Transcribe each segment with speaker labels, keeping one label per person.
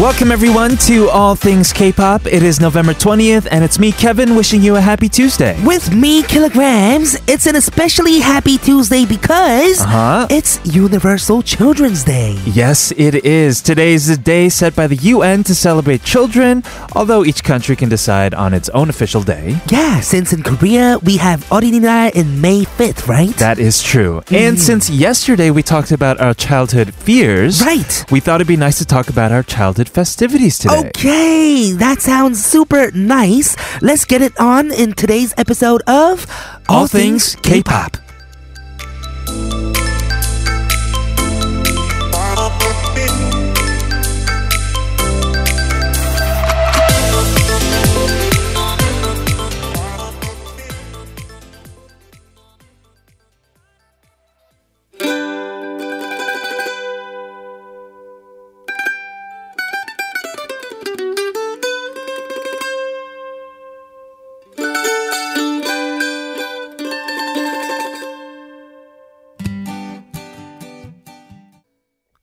Speaker 1: Welcome, everyone, to All Things K pop. It is November 20th, and it's me, Kevin, wishing you a happy Tuesday.
Speaker 2: With me, Kilograms, it's an especially happy Tuesday because
Speaker 1: Uh-huh.
Speaker 2: it's Universal Children's Day.
Speaker 1: Yes, it is. Today is the day set by the UN to celebrate children, although each country can decide on its own official day.
Speaker 2: Yeah, since in Korea we have 어린이날 in May 5th, right?
Speaker 1: That is true. And since yesterday we talked about our childhood fears,
Speaker 2: right.
Speaker 1: we thought it'd be nice to talk about our childhood festivities today.
Speaker 2: Okay, that sounds super nice. Let's get it on in today's episode of
Speaker 1: All Things K-pop.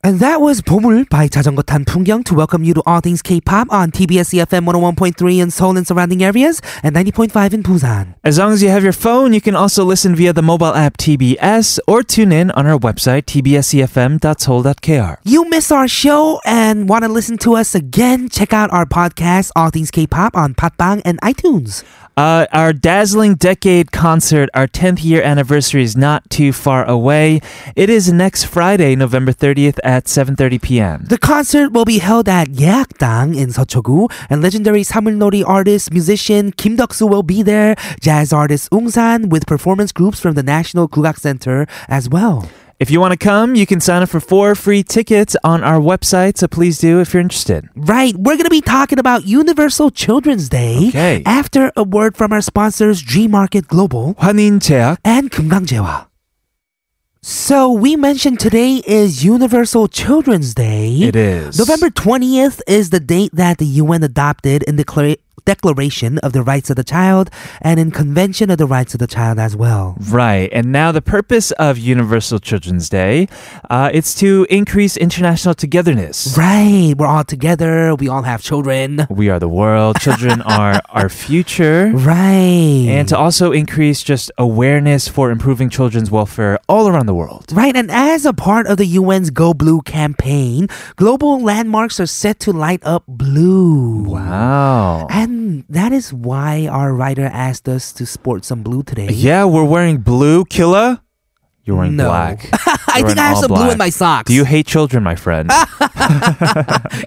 Speaker 2: And that was 보물 by 자전거 탄 풍경 to welcome you to All Things K-pop on TBS EFM 101.3 in Seoul and surrounding areas and 90.5 in Busan.
Speaker 1: As long as you have your phone, you can also listen via the mobile app TBS or tune in on our website E tbscfm.soul.kr.
Speaker 2: You miss our show and want to listen to us again? Check out our podcast, All Things K-pop, on Patbang and iTunes.
Speaker 1: Uh, our dazzling decade concert, our 10th year anniversary is not too far away. It is next Friday, November 30th at 7:30 p.m.
Speaker 2: The concert will be held at Yeakdang in Seochogu, and legendary Samulnori artist, musician Kim Doksu will be there, jazz artist Ungsan with performance groups from the National Gugak Center as well.
Speaker 1: If you want to come, you can sign up for four free tickets on our website, so please do if you're interested.
Speaker 2: Right, we're going to be talking about Universal Children's Day
Speaker 1: Okay.
Speaker 2: after a word from our sponsors, G Market Global.
Speaker 1: 환인 제약.
Speaker 2: and 금강제화. So we mentioned today is Universal Children's Day.
Speaker 1: It is.
Speaker 2: November 20th is the date that the UN adopted in the Clara- Declaration of the Rights of the Child and in Convention of the Rights of the Child as well.
Speaker 1: Right. And now, the purpose of Universal Children's Day, uh, it's to increase international togetherness.
Speaker 2: Right, we're all together, we all have children.
Speaker 1: We are the world. Children are our future.
Speaker 2: Right.
Speaker 1: And to also increase just awareness for improving children's welfare all around the world.
Speaker 2: Right, and as a part of the UN's Go Blue campaign, global landmarks are set to light up blue.
Speaker 1: Wow.
Speaker 2: And that is why our writer asked us to sport some blue today.
Speaker 1: Yeah, we're wearing blue, Killa. You're wearing
Speaker 2: No.
Speaker 1: black.
Speaker 2: I
Speaker 1: You're
Speaker 2: think
Speaker 1: in
Speaker 2: I have
Speaker 1: all
Speaker 2: some blue in my Oh.
Speaker 1: black.
Speaker 2: socks.
Speaker 1: Do you hate children, my friend?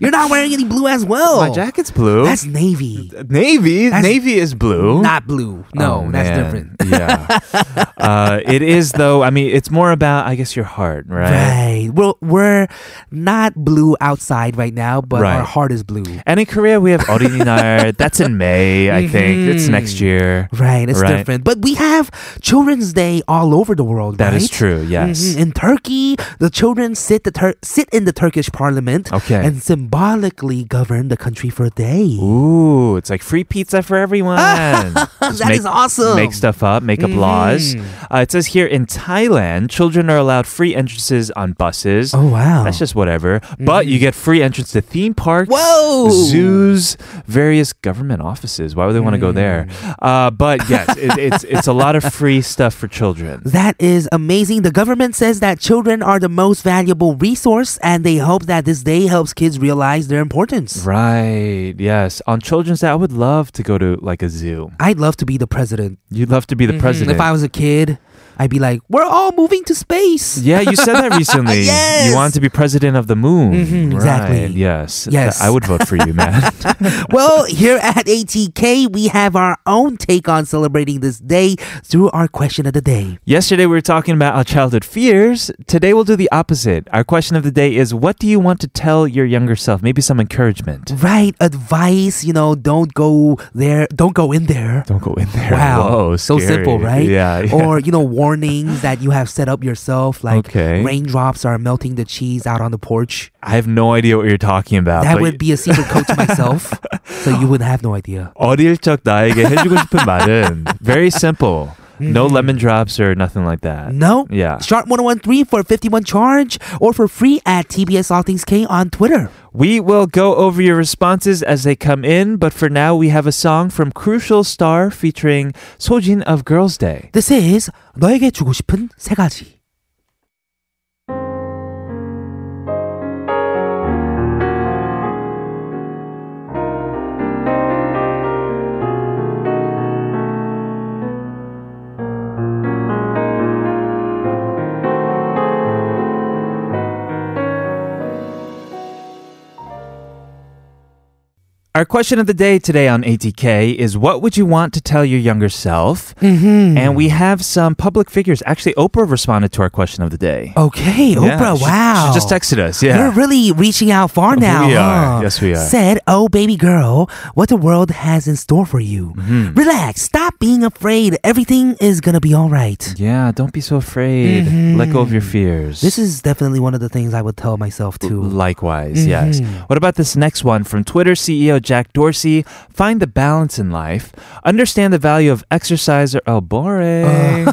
Speaker 2: You're not wearing any blue as well.
Speaker 1: My jacket's blue.
Speaker 2: That's navy,
Speaker 1: navy.
Speaker 2: that's-
Speaker 1: navy is blue.
Speaker 2: not blue. No,
Speaker 1: Oh,
Speaker 2: that's
Speaker 1: man.
Speaker 2: different.
Speaker 1: yeah. Uh, it is, though, I mean, it's more about, I guess, your heart, right?
Speaker 2: Right. Well, we're not blue outside right now, but
Speaker 1: Right.
Speaker 2: our heart is blue.
Speaker 1: And in Korea, we have Orininar. That's in May, I think. It's next year.
Speaker 2: Right. It's
Speaker 1: Right.
Speaker 2: different. But we have Children's Day all over the world.
Speaker 1: That
Speaker 2: right?
Speaker 1: is true, yes.
Speaker 2: Mhm. In Turkey, the children sit the tur- sit in the Turkish parliament
Speaker 1: Okay.
Speaker 2: and symbolically govern the country for a day.
Speaker 1: Ooh, it's like free pizza for everyone. That is
Speaker 2: That is awesome. Mm-hmm.
Speaker 1: Make stuff up, make up laws. Uh, it says here in Thailand, children are allowed free entrances on buses.
Speaker 2: Oh wow.
Speaker 1: That's just whatever. But you get free entrance to theme parks,
Speaker 2: Whoa!
Speaker 1: zoos, various government offices. Why would they want to go there?
Speaker 2: Mm.
Speaker 1: Uh, but yes, it, it's it's a lot of free stuff for children.
Speaker 2: That is amazing. The government says that children are the most valuable resource, and they hope that this day helps kids realize their importance.
Speaker 1: Right. Yes. On Children's Day, I would love to go to like a zoo.
Speaker 2: I'd love to be the president.
Speaker 1: You'd love to be the president.
Speaker 2: Mm-hmm. If I was a kid, I'd be like, we're all moving to space.
Speaker 1: Yeah, you said that recently.
Speaker 2: Yes!
Speaker 1: You wanted to be president of the moon.
Speaker 2: Mhm, exactly.
Speaker 1: Right, Mm-hmm, Yes.
Speaker 2: Yes.
Speaker 1: I would vote for you, man.
Speaker 2: well, here at ATK, we have our own take on celebrating this day through our question of the day.
Speaker 1: Yesterday, we were talking about our childhood fears. Today, we'll do the opposite. Our question of the day is what do you want to tell your younger self? Maybe some encouragement.
Speaker 2: Right advice, you know, don't go there, don't go in there.
Speaker 1: Don't go in there.
Speaker 2: Wow.
Speaker 1: Whoa,
Speaker 2: so
Speaker 1: scary.
Speaker 2: simple, right?
Speaker 1: Yeah. yeah.
Speaker 2: Or, you know, warnings that you have set up yourself, like
Speaker 1: Okay.
Speaker 2: raindrops are melting the cheese out on the porch.
Speaker 1: I have no idea what you're talking about.
Speaker 2: That
Speaker 1: Ah, but
Speaker 2: would be a secret code to myself. So you would have no idea.
Speaker 1: 어릴 적 나에게 해주고 싶은 말은 very simple. No lemon drops or nothing like that.
Speaker 2: No?
Speaker 1: Yeah.
Speaker 2: Sharp 1013 for 51 charge or for free at TBS All Things K on Twitter.
Speaker 1: We will go over your responses as they come in, but for now we have a song from Crucial Star featuring Sojin of Girls Day.
Speaker 2: This is 너에게 주고 싶은 세 가지.
Speaker 1: Our question of the day today on ATK is what would you want to tell your younger self?
Speaker 2: Mm-hmm.
Speaker 1: And we have some public figures. Actually, Oprah responded to our question of the day. Yeah,
Speaker 2: Okay, Oh, Oprah,
Speaker 1: she-
Speaker 2: wow.
Speaker 1: She just texted us. Yeah.
Speaker 2: We're really reaching out far now.
Speaker 1: We are.
Speaker 2: huh?
Speaker 1: Yes, we are.
Speaker 2: Said, oh, baby girl, what the world has in store for you.
Speaker 1: Mm-hmm.
Speaker 2: Relax. Stop being afraid. Everything is going to be all right.
Speaker 1: Yeah, don't be so afraid. Let go of your fears.
Speaker 2: Mm-hmm. This is definitely one of the things I would tell myself too. Mm-hmm.
Speaker 1: Likewise, yes. What about this next one from Twitter CEO Jack Dorsey? Find the balance in life. Understand the value of exercise or oh
Speaker 2: Uh,
Speaker 1: boring.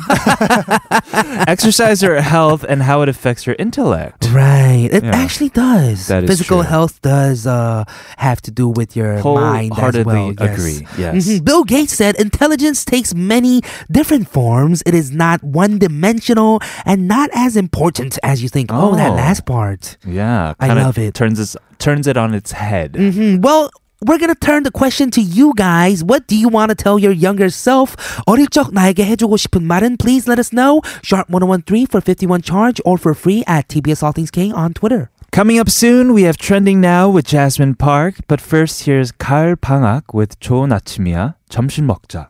Speaker 1: exercise or health and how it affects your intellect.
Speaker 2: Right. It
Speaker 1: Yeah.
Speaker 2: actually does.
Speaker 1: That is
Speaker 2: Physical
Speaker 1: true.
Speaker 2: health does uh, have to do with your mind as well.
Speaker 1: Wholeheartedly
Speaker 2: Yes.
Speaker 1: agree. Yes.
Speaker 2: Mhm. Bill Gates said intelligence takes many different forms. It is not one dimensional and not as important as you think. Oh, that
Speaker 1: Oh.
Speaker 2: last part.
Speaker 1: Yeah.
Speaker 2: I
Speaker 1: kinda
Speaker 2: love it. Mm.
Speaker 1: Turns it turns it on its head.
Speaker 2: 음, Mm-hmm. well, we're gonna turn the question to you guys. What do you want to tell your younger self? 어릴 적 나에게 해주고 싶은 말은 please let us know. Sharp 1013 for 51 charge or for free at TBS All Things K on Twitter.
Speaker 1: Coming up soon, we have Trending Now with Jasmine Park. But first, here's 가을 방학 with 좋은 아침이야. 점심 먹자.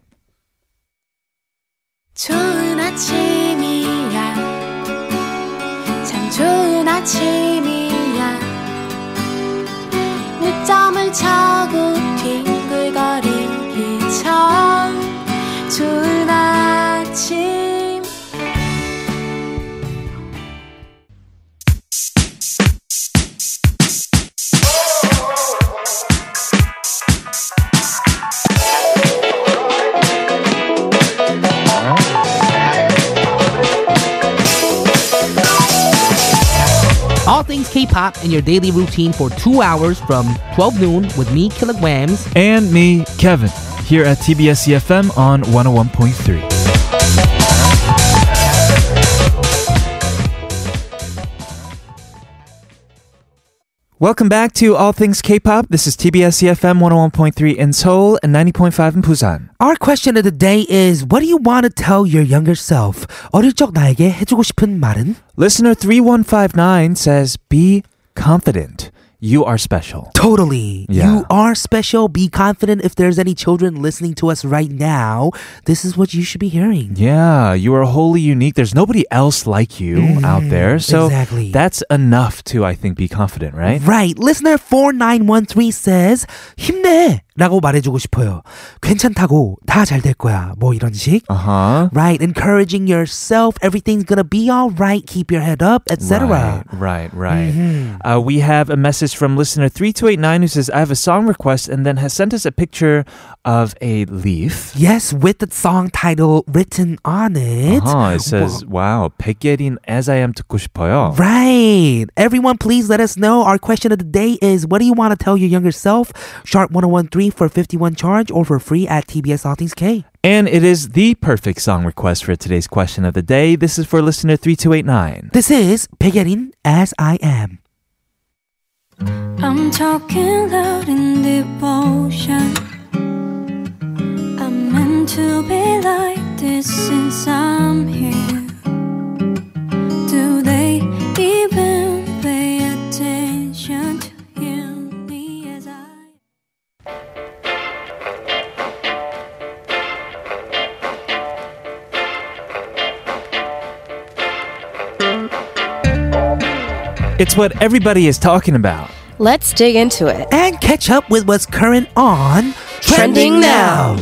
Speaker 3: 좋은 아침이야 참 좋은 아침이야 늦잠을 자고 뒹굴거리기 참 좋은 아침
Speaker 2: All Things K-pop in your daily routine for two hours from 12 noon with me, Kilograms.
Speaker 1: and me, Kevin, here at TBS EFM E on 101.3. Welcome back to All Things K-pop. This is TBS EFM 101.3 in Seoul and 90.5 in Busan.
Speaker 2: Our question of the day is, what do you want to tell your younger self? 어릴 적 나에게 해주고 싶은 말은?
Speaker 1: Listener 3159 says, "Be confident. You are special."
Speaker 2: Totally.
Speaker 1: Yeah.
Speaker 2: You are special. Be confident if there's any children listening to us right now. This is what you should be hearing.
Speaker 1: Yeah, you are wholly unique. There's nobody else like you out there. So
Speaker 2: Mm, exactly.
Speaker 1: that's enough to I think be confident, right?
Speaker 2: Right. Listener 4913 says, 힘내! 라고 말해주고 싶어요. 괜찮다고. 다 잘 될 거야. 뭐 이런 식.
Speaker 1: Uh-huh.
Speaker 2: Right. Encouraging yourself. Everything's gonna be alright. Keep your head up, etc.
Speaker 1: Right, right, right.
Speaker 2: Mm-hmm.
Speaker 1: Uh, we have a message from listener 3289 who says, I have a song request and then has sent us a picture of a leaf.
Speaker 2: Yes, with the song title written on it.
Speaker 1: Uh-huh, it says, wow, 백예린 as I am 듣고 싶어요.
Speaker 2: Right. Everyone, please let us know. Our question of the day is what do you want to tell your younger self? Sharp 1013 for 51 charge or for free at TBS All Things K.
Speaker 1: And it is the perfect song request for today's question of the day. This is for listener 3289.
Speaker 2: This is Pegerin as I am.
Speaker 3: I'm talking loud in devotion. I'm meant to be like this since I'm here. Do they even pay attention to you, me as I?
Speaker 1: It's what everybody is talking about.
Speaker 4: Let's dig into it.
Speaker 2: And catch up with what's current on
Speaker 4: Trending Now.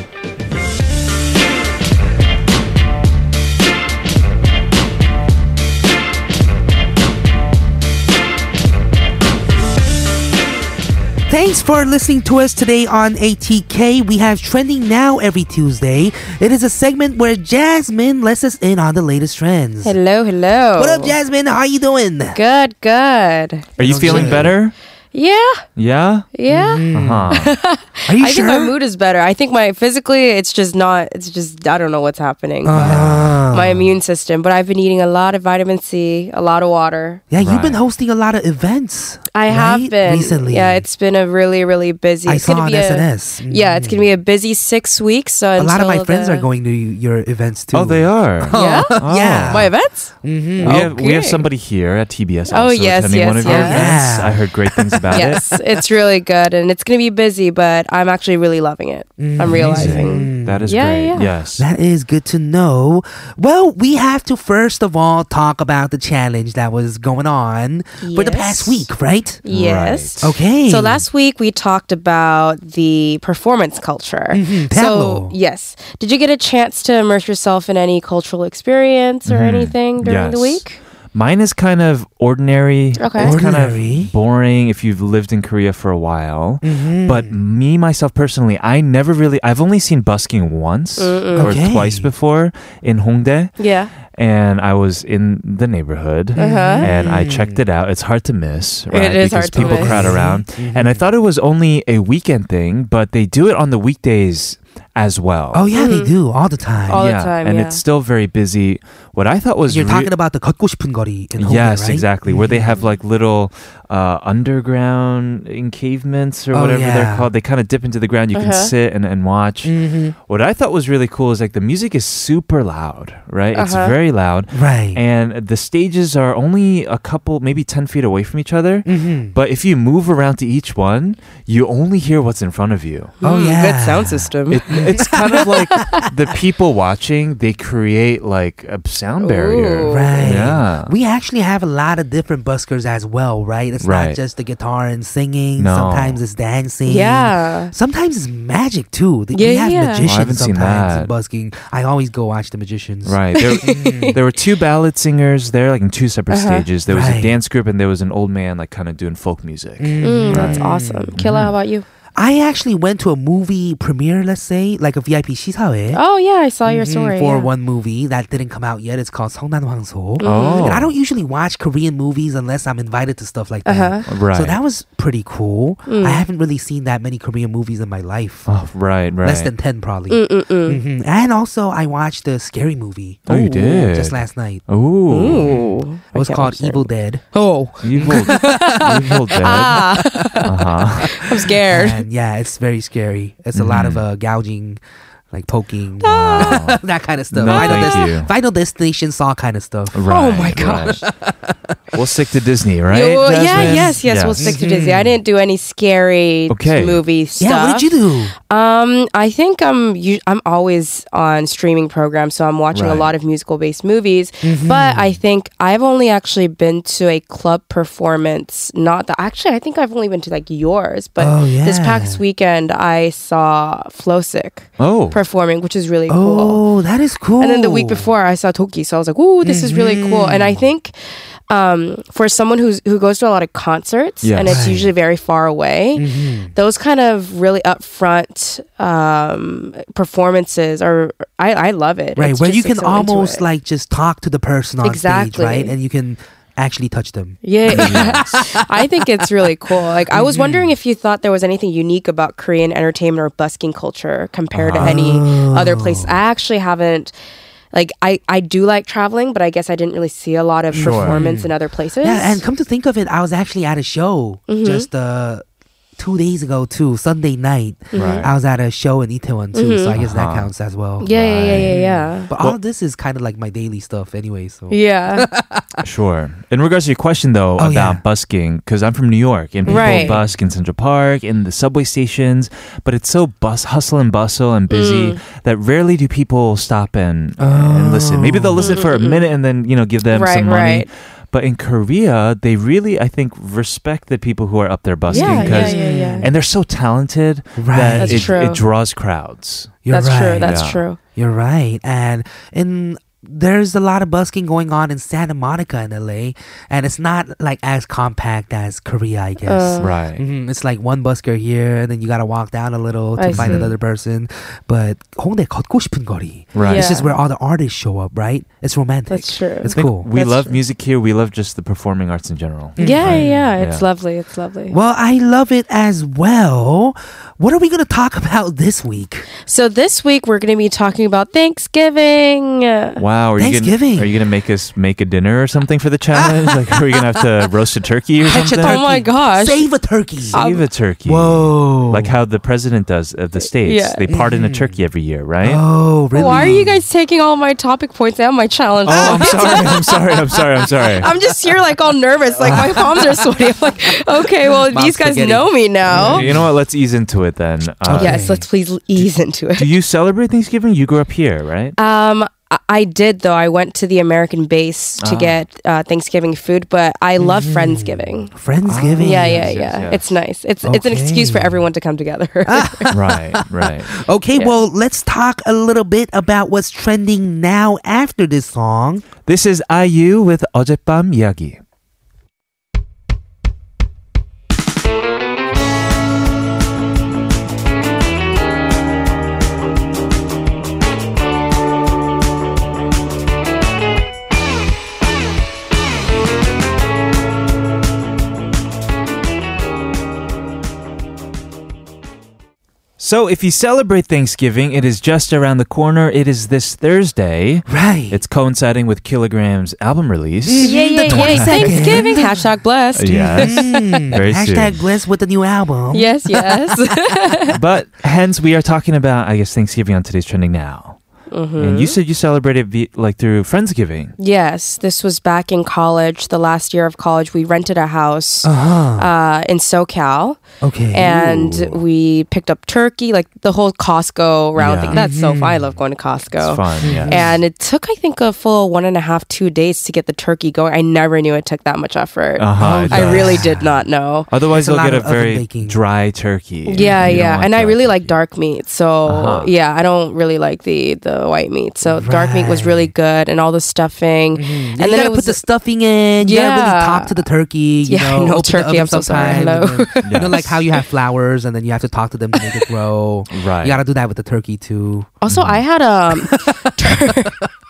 Speaker 2: Thanks for listening to us today on ATK. We have Trending Now every Tuesday. It is a segment where Jasmine lets us in on the latest trends.
Speaker 4: Hello, hello.
Speaker 2: What up, Jasmine? How you doing?
Speaker 4: Good, good.
Speaker 1: Are you feeling
Speaker 2: Okay.
Speaker 1: better?
Speaker 4: Yeah,
Speaker 1: Yeah.
Speaker 4: yeah.
Speaker 1: Uh-huh.
Speaker 2: Are Mm-hmm. you
Speaker 4: I
Speaker 2: sure?
Speaker 4: think my mood is better. I think my physically, it's just not. It's just I don't know what's happening.
Speaker 2: Ah.
Speaker 4: my immune system, but I've been eating a lot of vitamin C, a lot of water.
Speaker 2: yeah, you've been
Speaker 1: Right.
Speaker 2: hosting a lot of events.
Speaker 4: I have
Speaker 2: right?
Speaker 4: been
Speaker 2: recently.
Speaker 4: Yeah, it's been a really, really busy.
Speaker 2: I
Speaker 4: it's
Speaker 2: saw on
Speaker 4: gonna be a-
Speaker 2: SNS.
Speaker 4: Yeah, it's gonna be a busy six weeks. So
Speaker 2: Mm. a lot of my
Speaker 4: until
Speaker 2: friends
Speaker 4: the-
Speaker 2: are going to your events too.
Speaker 1: oh, they are.
Speaker 4: Yeah,
Speaker 1: Oh.
Speaker 2: Yeah.
Speaker 4: my events.
Speaker 1: We,
Speaker 2: Mm-hmm.
Speaker 1: have, we have
Speaker 4: Okay.
Speaker 1: somebody here at TBS
Speaker 4: Oh,
Speaker 1: also
Speaker 4: yes,
Speaker 1: attending
Speaker 4: yes,
Speaker 1: one of your
Speaker 4: yes.
Speaker 1: events.
Speaker 2: Yeah.
Speaker 1: I heard great things about it.
Speaker 4: yes, it's really good and it's going to be busy, but I'm actually really loving it. I'm realizing.
Speaker 1: That is
Speaker 4: Yeah,
Speaker 1: great.
Speaker 4: yeah.
Speaker 1: Yes.
Speaker 2: That is good to know. Well, we have to first of all talk about the challenge that was going on for the past
Speaker 4: Yes.
Speaker 2: week, right?
Speaker 4: Yes.
Speaker 2: Okay.
Speaker 4: So last week we talked about the performance culture.
Speaker 2: Mhm, Pablo.
Speaker 4: So yes, did you get a chance to immerse yourself in any cultural experience or
Speaker 2: Mm-hmm.
Speaker 4: anything during the
Speaker 1: Yes.
Speaker 4: week?
Speaker 1: Mine is kind of ordinary.
Speaker 4: Okay.
Speaker 1: It's kind
Speaker 2: Ordinary?
Speaker 1: of
Speaker 2: Mm.
Speaker 1: boring if you've lived in Korea for a while.
Speaker 2: Mm-hmm.
Speaker 1: But me, myself personally, I never really, I've only seen busking once or
Speaker 2: Okay.
Speaker 1: twice before in Hongdae.
Speaker 4: Yeah.
Speaker 1: And I was in the neighborhood
Speaker 4: Uh-huh.
Speaker 1: and I checked it out. It's hard to miss, right?
Speaker 4: Mm. is
Speaker 1: because
Speaker 4: hard to
Speaker 1: people
Speaker 2: Mm-hmm.
Speaker 4: miss.
Speaker 1: crowd around. And I thought it was only a weekend thing, but they do it on the weekdays as well.
Speaker 2: oh yeah, they
Speaker 4: Mm-hmm.
Speaker 2: do all the time.
Speaker 4: All the time,
Speaker 1: And
Speaker 4: yeah.
Speaker 1: it's still very busy. What I thought was
Speaker 2: You're
Speaker 1: re-
Speaker 2: talking about the 걷고 싶은 거리 in Hongdae,
Speaker 1: yes,
Speaker 2: right? Mm-hmm.
Speaker 1: exactly. Where they have like little uh, underground encavements or
Speaker 2: Oh,
Speaker 1: whatever
Speaker 2: yeah. Mm-hmm.
Speaker 1: they're called. They kind of dip into the ground. You can
Speaker 4: Uh-huh.
Speaker 1: sit and, and watch.
Speaker 4: Mm-hmm.
Speaker 1: What I thought was really cool is like the music is super loud, right? It's
Speaker 4: Uh-huh.
Speaker 1: very loud.
Speaker 2: Right.
Speaker 1: And the stages are only a couple, maybe 10 feet away from each other.
Speaker 2: Mhm.
Speaker 1: But if you move around to each one, you only hear what's in front of you.
Speaker 2: Oh yeah.
Speaker 4: Mm, Good sound system.
Speaker 1: It, it's kind of like the people watching, they create like a sound barrier.
Speaker 4: Ooh.
Speaker 2: Right.
Speaker 1: Yeah.
Speaker 2: We actually have a lot of different buskers as well, right? It's not
Speaker 1: Right.
Speaker 2: just the guitar and singing.
Speaker 1: No.
Speaker 2: Sometimes it's dancing.
Speaker 4: yeah.
Speaker 2: Sometimes it's magic too. The- we
Speaker 4: Yeah,
Speaker 2: have
Speaker 4: yeah. Oh, I
Speaker 2: magicians
Speaker 1: haven't seen
Speaker 2: sometimes in
Speaker 1: that.
Speaker 2: busking. I always go watch the magicians.
Speaker 1: Right. There, there were two ballad singers there, like in two separate
Speaker 4: Uh-huh.
Speaker 1: stages. There was
Speaker 2: Right.
Speaker 1: a dance group and there was an old man, like kind of doing folk music.
Speaker 4: Mm, That's
Speaker 2: Mm-hmm.
Speaker 4: awesome. Killa, how about you?
Speaker 2: I actually went to a movie premiere, let's say, like a VIP 시사회.
Speaker 4: Oh yeah, I saw your
Speaker 2: Mhm,
Speaker 4: story.
Speaker 2: for
Speaker 4: yeah.
Speaker 2: one movie that didn't come out yet. It's called 성난 황소.
Speaker 1: Oh.
Speaker 2: And I don't usually watch Korean movies unless I'm invited to stuff like that.
Speaker 4: Uh-huh. Mm.
Speaker 1: Right.
Speaker 2: So that was pretty cool. I haven't really seen that many Korean movies in my life.
Speaker 1: Oh, right, right.
Speaker 2: Less than 10 probably.
Speaker 4: Mm-mm-mm.
Speaker 2: hmm And also I watched the scary movie.
Speaker 1: Oh, you did?
Speaker 2: Just last night.
Speaker 1: Ooh.
Speaker 4: Ooh.
Speaker 2: It was
Speaker 4: I can't
Speaker 2: called
Speaker 4: watch that.
Speaker 2: Evil Dead.
Speaker 4: Oh,
Speaker 1: Evil, evil dead.
Speaker 4: ah,
Speaker 1: Uh-huh.
Speaker 4: I'm scared.
Speaker 2: And yeah, it's very scary. It's
Speaker 1: Mm-hmm.
Speaker 2: a lot of uh, gouging, like poking,
Speaker 1: Wow.
Speaker 4: Ah.
Speaker 2: that kind of stuff.
Speaker 1: No,
Speaker 2: Final,
Speaker 1: thank
Speaker 2: Des-
Speaker 1: you.
Speaker 2: Final Destination Saw kind of stuff.
Speaker 1: Right,
Speaker 4: my
Speaker 1: right. We'll stick to Disney, right?
Speaker 4: Yeah, well, yeah,
Speaker 1: Jasmine?
Speaker 4: yes, yes, We'll stick to Disney. I didn't do any scary
Speaker 1: Okay.
Speaker 4: movie
Speaker 2: Mm-hmm.
Speaker 4: stuff.
Speaker 2: Yeah, what did you do?
Speaker 4: Um, I think I'm u- I'm always on streaming programs, so I'm watching a
Speaker 1: Right.
Speaker 4: lot of musical based movies.
Speaker 2: Mm-hmm.
Speaker 4: But I think I've only actually been to a club performance. Not that actually, I think I've only been to like yours. But
Speaker 2: Oh,
Speaker 4: this
Speaker 2: yeah.
Speaker 4: past weekend, I saw Flowsick
Speaker 1: Oh.
Speaker 4: performing, which is really cool.
Speaker 2: Oh, that is cool.
Speaker 4: And then the week before, I saw Toki, so I was like, "Ooh, this is really cool." And
Speaker 2: Mm-hmm.
Speaker 4: I think um, for someone who's who goes to a lot of concerts, and
Speaker 1: Yes.
Speaker 4: it's
Speaker 2: Right.
Speaker 4: usually very far away,
Speaker 2: Mm-hmm.
Speaker 4: those kind of really upfront um, performances are I, I love it.
Speaker 2: right,
Speaker 4: It's
Speaker 2: where
Speaker 4: just,
Speaker 2: you can
Speaker 4: so into
Speaker 2: almost
Speaker 4: it.
Speaker 2: like just talk to the person on stage,
Speaker 4: Exactly.
Speaker 2: right? And you can actually touch them.
Speaker 4: yeah.
Speaker 1: Yes.
Speaker 4: I think it's really cool. Like I was
Speaker 2: Mm-hmm.
Speaker 4: wondering if you thought there was anything unique about Korean entertainment or busking culture compared to any other place.
Speaker 2: Oh.
Speaker 4: I actually haven't like I, I do like traveling, but I guess I didn't really see a lot of performance in other places.
Speaker 2: Yeah, and come to think of it, I was actually at a show
Speaker 4: Mm-hmm.
Speaker 2: just uh, two days ago too, Sunday night.
Speaker 1: Right. Uh-huh.
Speaker 2: I was at a show in Itaewon too, so I guess that counts as well.
Speaker 4: Mm-hmm. yeah, yeah, yeah, yeah, yeah.
Speaker 2: But all of this is kind of like my daily stuff anyway. So
Speaker 4: Yeah.
Speaker 1: Sure. In regards to your question, though,
Speaker 2: Oh,
Speaker 1: about
Speaker 2: yeah.
Speaker 1: busking, because I'm from New York, and people
Speaker 4: Right.
Speaker 1: busk in Central Park, in the subway stations, but it's so bus hustle and bustle and busy
Speaker 4: Mm.
Speaker 1: that rarely do people stop and and listen. Maybe they'll listen for a minute and then you know give them
Speaker 4: Mm-hmm. Right,
Speaker 1: some money.
Speaker 4: right.
Speaker 1: But in Korea, they really, I think, respect the people who are up there busking
Speaker 4: yeah, yeah,
Speaker 1: because,
Speaker 4: yeah, yeah.
Speaker 1: and they're so talented
Speaker 2: Right.
Speaker 1: that
Speaker 4: That's
Speaker 1: it,
Speaker 4: true.
Speaker 1: it draws crowds.
Speaker 2: you're
Speaker 4: that's
Speaker 2: right.
Speaker 4: true. That's
Speaker 1: Yeah.
Speaker 4: true.
Speaker 2: You're right. And in there's a lot of busking going on in Santa Monica in LA, and it's not like as compact as Korea, I guess.
Speaker 4: Uh.
Speaker 1: Right.
Speaker 2: Mhm, It's like one busker here, and then you gotta walk down a little to
Speaker 4: I
Speaker 2: find
Speaker 4: see.
Speaker 2: another person. But 홍대 걷고 싶은 거리.
Speaker 1: Right.
Speaker 2: It's just where
Speaker 4: Yeah.
Speaker 2: all the artists show up, right? It's romantic.
Speaker 4: That's true.
Speaker 2: It's
Speaker 1: I think
Speaker 2: cool.
Speaker 1: We
Speaker 4: That's
Speaker 1: love
Speaker 4: true.
Speaker 1: music here. We love just the performing arts in general.
Speaker 4: Yeah, yeah, It's
Speaker 1: Yeah.
Speaker 4: lovely. It's lovely.
Speaker 2: Well, I love it as well. What are we gonna talk about this week?
Speaker 4: So this week we're going to be talking about Thanksgiving.
Speaker 1: Wow, are you
Speaker 2: Thanksgiving.
Speaker 1: gonna, are you gonna make us make a dinner or something for the challenge? like, are we gonna have to roast a turkey or
Speaker 2: Catch a
Speaker 1: something?
Speaker 4: Oh my gosh.
Speaker 2: Save a turkey.
Speaker 1: Save a turkey.
Speaker 2: Whoa.
Speaker 1: Like how the president does of the states.
Speaker 4: Yeah.
Speaker 1: They pardon a turkey every year, right?
Speaker 2: Oh, really?
Speaker 4: Why are you guys taking all my topic points and my challenge?
Speaker 1: Oh, I'm sorry. I'm sorry. I'm sorry. I'm sorry.
Speaker 4: I'm just here like all nervous, like my palms are sweaty. I'm like, okay, well
Speaker 2: Mom's
Speaker 4: these guys
Speaker 2: spaghetti.
Speaker 4: know me
Speaker 2: Oh.
Speaker 4: now.
Speaker 1: You know what? Let's ease into it then. Uh,
Speaker 2: Yeah.
Speaker 4: Yes, let's please l- ease into it.
Speaker 1: Do you celebrate Thanksgiving? You grew up here, right?
Speaker 4: Um, I- I did though. I went to the American base
Speaker 1: Uh-huh.
Speaker 4: to get uh, Thanksgiving food, but I love Friendsgiving.
Speaker 2: Mm. Friendsgiving.
Speaker 4: Yeah, yeah,
Speaker 1: Mm-hmm. yes, yes, yes.
Speaker 4: yeah.
Speaker 1: Ah,
Speaker 4: It's nice. It's it's an excuse for
Speaker 2: Okay.
Speaker 4: everyone to come together.
Speaker 1: right, right.
Speaker 2: Okay,
Speaker 4: Yeah.
Speaker 2: well, let's talk a little bit about what's trending now after this song.
Speaker 1: This is IU with 어젯밤 이야기. So, if you celebrate Thanksgiving, it is just around the corner. It is this Thursday.
Speaker 2: Right.
Speaker 1: It's coinciding with Kilogram's album release.
Speaker 4: yeah, yeah, yeah.
Speaker 2: 22nd.
Speaker 4: Thanksgiving hashtag blessed.
Speaker 1: Yes.
Speaker 2: Mm,
Speaker 1: Very
Speaker 2: hashtag
Speaker 1: soon.
Speaker 2: blessed with the new album.
Speaker 4: Yes, yes.
Speaker 1: but hence, we are talking about, I guess, Thanksgiving on today's trending now.
Speaker 4: Mm-hmm.
Speaker 1: And you said you celebrated vi- like through Friendsgiving.
Speaker 4: yes, this was back in college, the last year of college. We rented a house
Speaker 2: Uh-huh.
Speaker 4: uh, in SoCal
Speaker 2: Okay.
Speaker 4: and we picked up turkey, like the whole Costco round
Speaker 1: Yeah. Mm-hmm.
Speaker 4: thing. That's so fun. I love going to Costco.
Speaker 1: It's fun,
Speaker 2: Mm-hmm.
Speaker 1: yeah.
Speaker 4: And it took, I think, a full one and a half, two days to get the turkey going. I never knew it took that much effort.
Speaker 2: Oh,
Speaker 1: Uh-huh, it
Speaker 4: I
Speaker 1: does.
Speaker 4: really did not know.
Speaker 1: Otherwise,
Speaker 2: It's a
Speaker 1: you'll get
Speaker 2: lot
Speaker 1: a
Speaker 2: of oven
Speaker 1: very
Speaker 2: baking.
Speaker 1: dry turkey. and
Speaker 4: Yeah,
Speaker 1: you don't
Speaker 4: yeah.
Speaker 1: want
Speaker 4: And I
Speaker 1: dry
Speaker 4: really
Speaker 1: turkey.
Speaker 4: like dark meat. So,
Speaker 1: Uh-huh.
Speaker 4: yeah, I don't really like the the white meat. So, dark meat was really good and all the stuffing.
Speaker 1: Mm-hmm.
Speaker 2: And, you gotta put the stuffing in. You gotta really
Speaker 4: Yeah.
Speaker 2: talk to the turkey. You
Speaker 4: Yeah, I
Speaker 2: know,
Speaker 4: know,
Speaker 2: open the oven
Speaker 4: turkey, I'm so sorry,
Speaker 2: sometime,
Speaker 4: hello.
Speaker 2: and then- You know,
Speaker 1: Yes.
Speaker 2: like how you have flowers and then you have to talk to them to make it grow.
Speaker 1: Right.
Speaker 2: You gotta do that with the turkey too.
Speaker 4: Also, I had um, tur-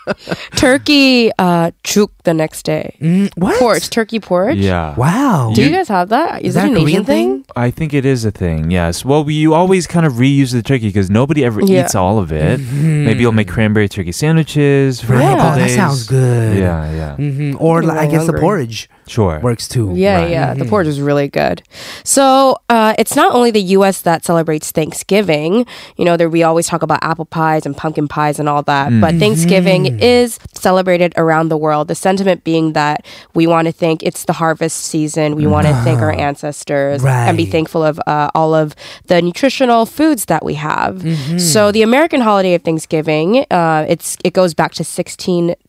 Speaker 4: turkey uh, juk the next day.
Speaker 2: Mm, what?
Speaker 4: Porridge, turkey porridge.
Speaker 1: Yeah.
Speaker 2: Wow.
Speaker 4: Do you guys have that?
Speaker 2: Is
Speaker 4: Is,
Speaker 2: that a
Speaker 4: it an Asian
Speaker 2: Korean
Speaker 4: thing?
Speaker 2: thing?
Speaker 1: I think it is a thing. Yes. Well, we, you always kind of reuse the turkey because nobody ever
Speaker 4: Yeah.
Speaker 1: eats all of it. Maybe you'll make cranberry turkey sandwiches for a
Speaker 4: Right.
Speaker 1: couple
Speaker 2: Mm-hmm. Oh, that
Speaker 1: days.
Speaker 2: sounds good.
Speaker 1: Yeah, yeah.
Speaker 2: hmm Or
Speaker 4: Mm-hmm. Ooh,
Speaker 2: like, I
Speaker 4: I'm
Speaker 2: guess the
Speaker 4: hungry.
Speaker 2: porridge
Speaker 1: Sure.
Speaker 2: works too.
Speaker 4: Yeah,
Speaker 1: Right.
Speaker 4: yeah. The porridge is really good. So uh, it's not only the U.S. that celebrates Thanksgiving. You know, there we always talk about apple pies and pumpkin pies and all that. But
Speaker 2: Mm-hmm.
Speaker 4: Thanksgiving is celebrated around the world. The sentiment being that we want to thank it's the harvest season. We want to thank our ancestors and be
Speaker 2: Ah, Right.
Speaker 4: thankful of uh, all of the nutritional foods that we have.
Speaker 2: Mm-hmm.
Speaker 4: So the American holiday of Thanksgiving, uh, it's it goes back to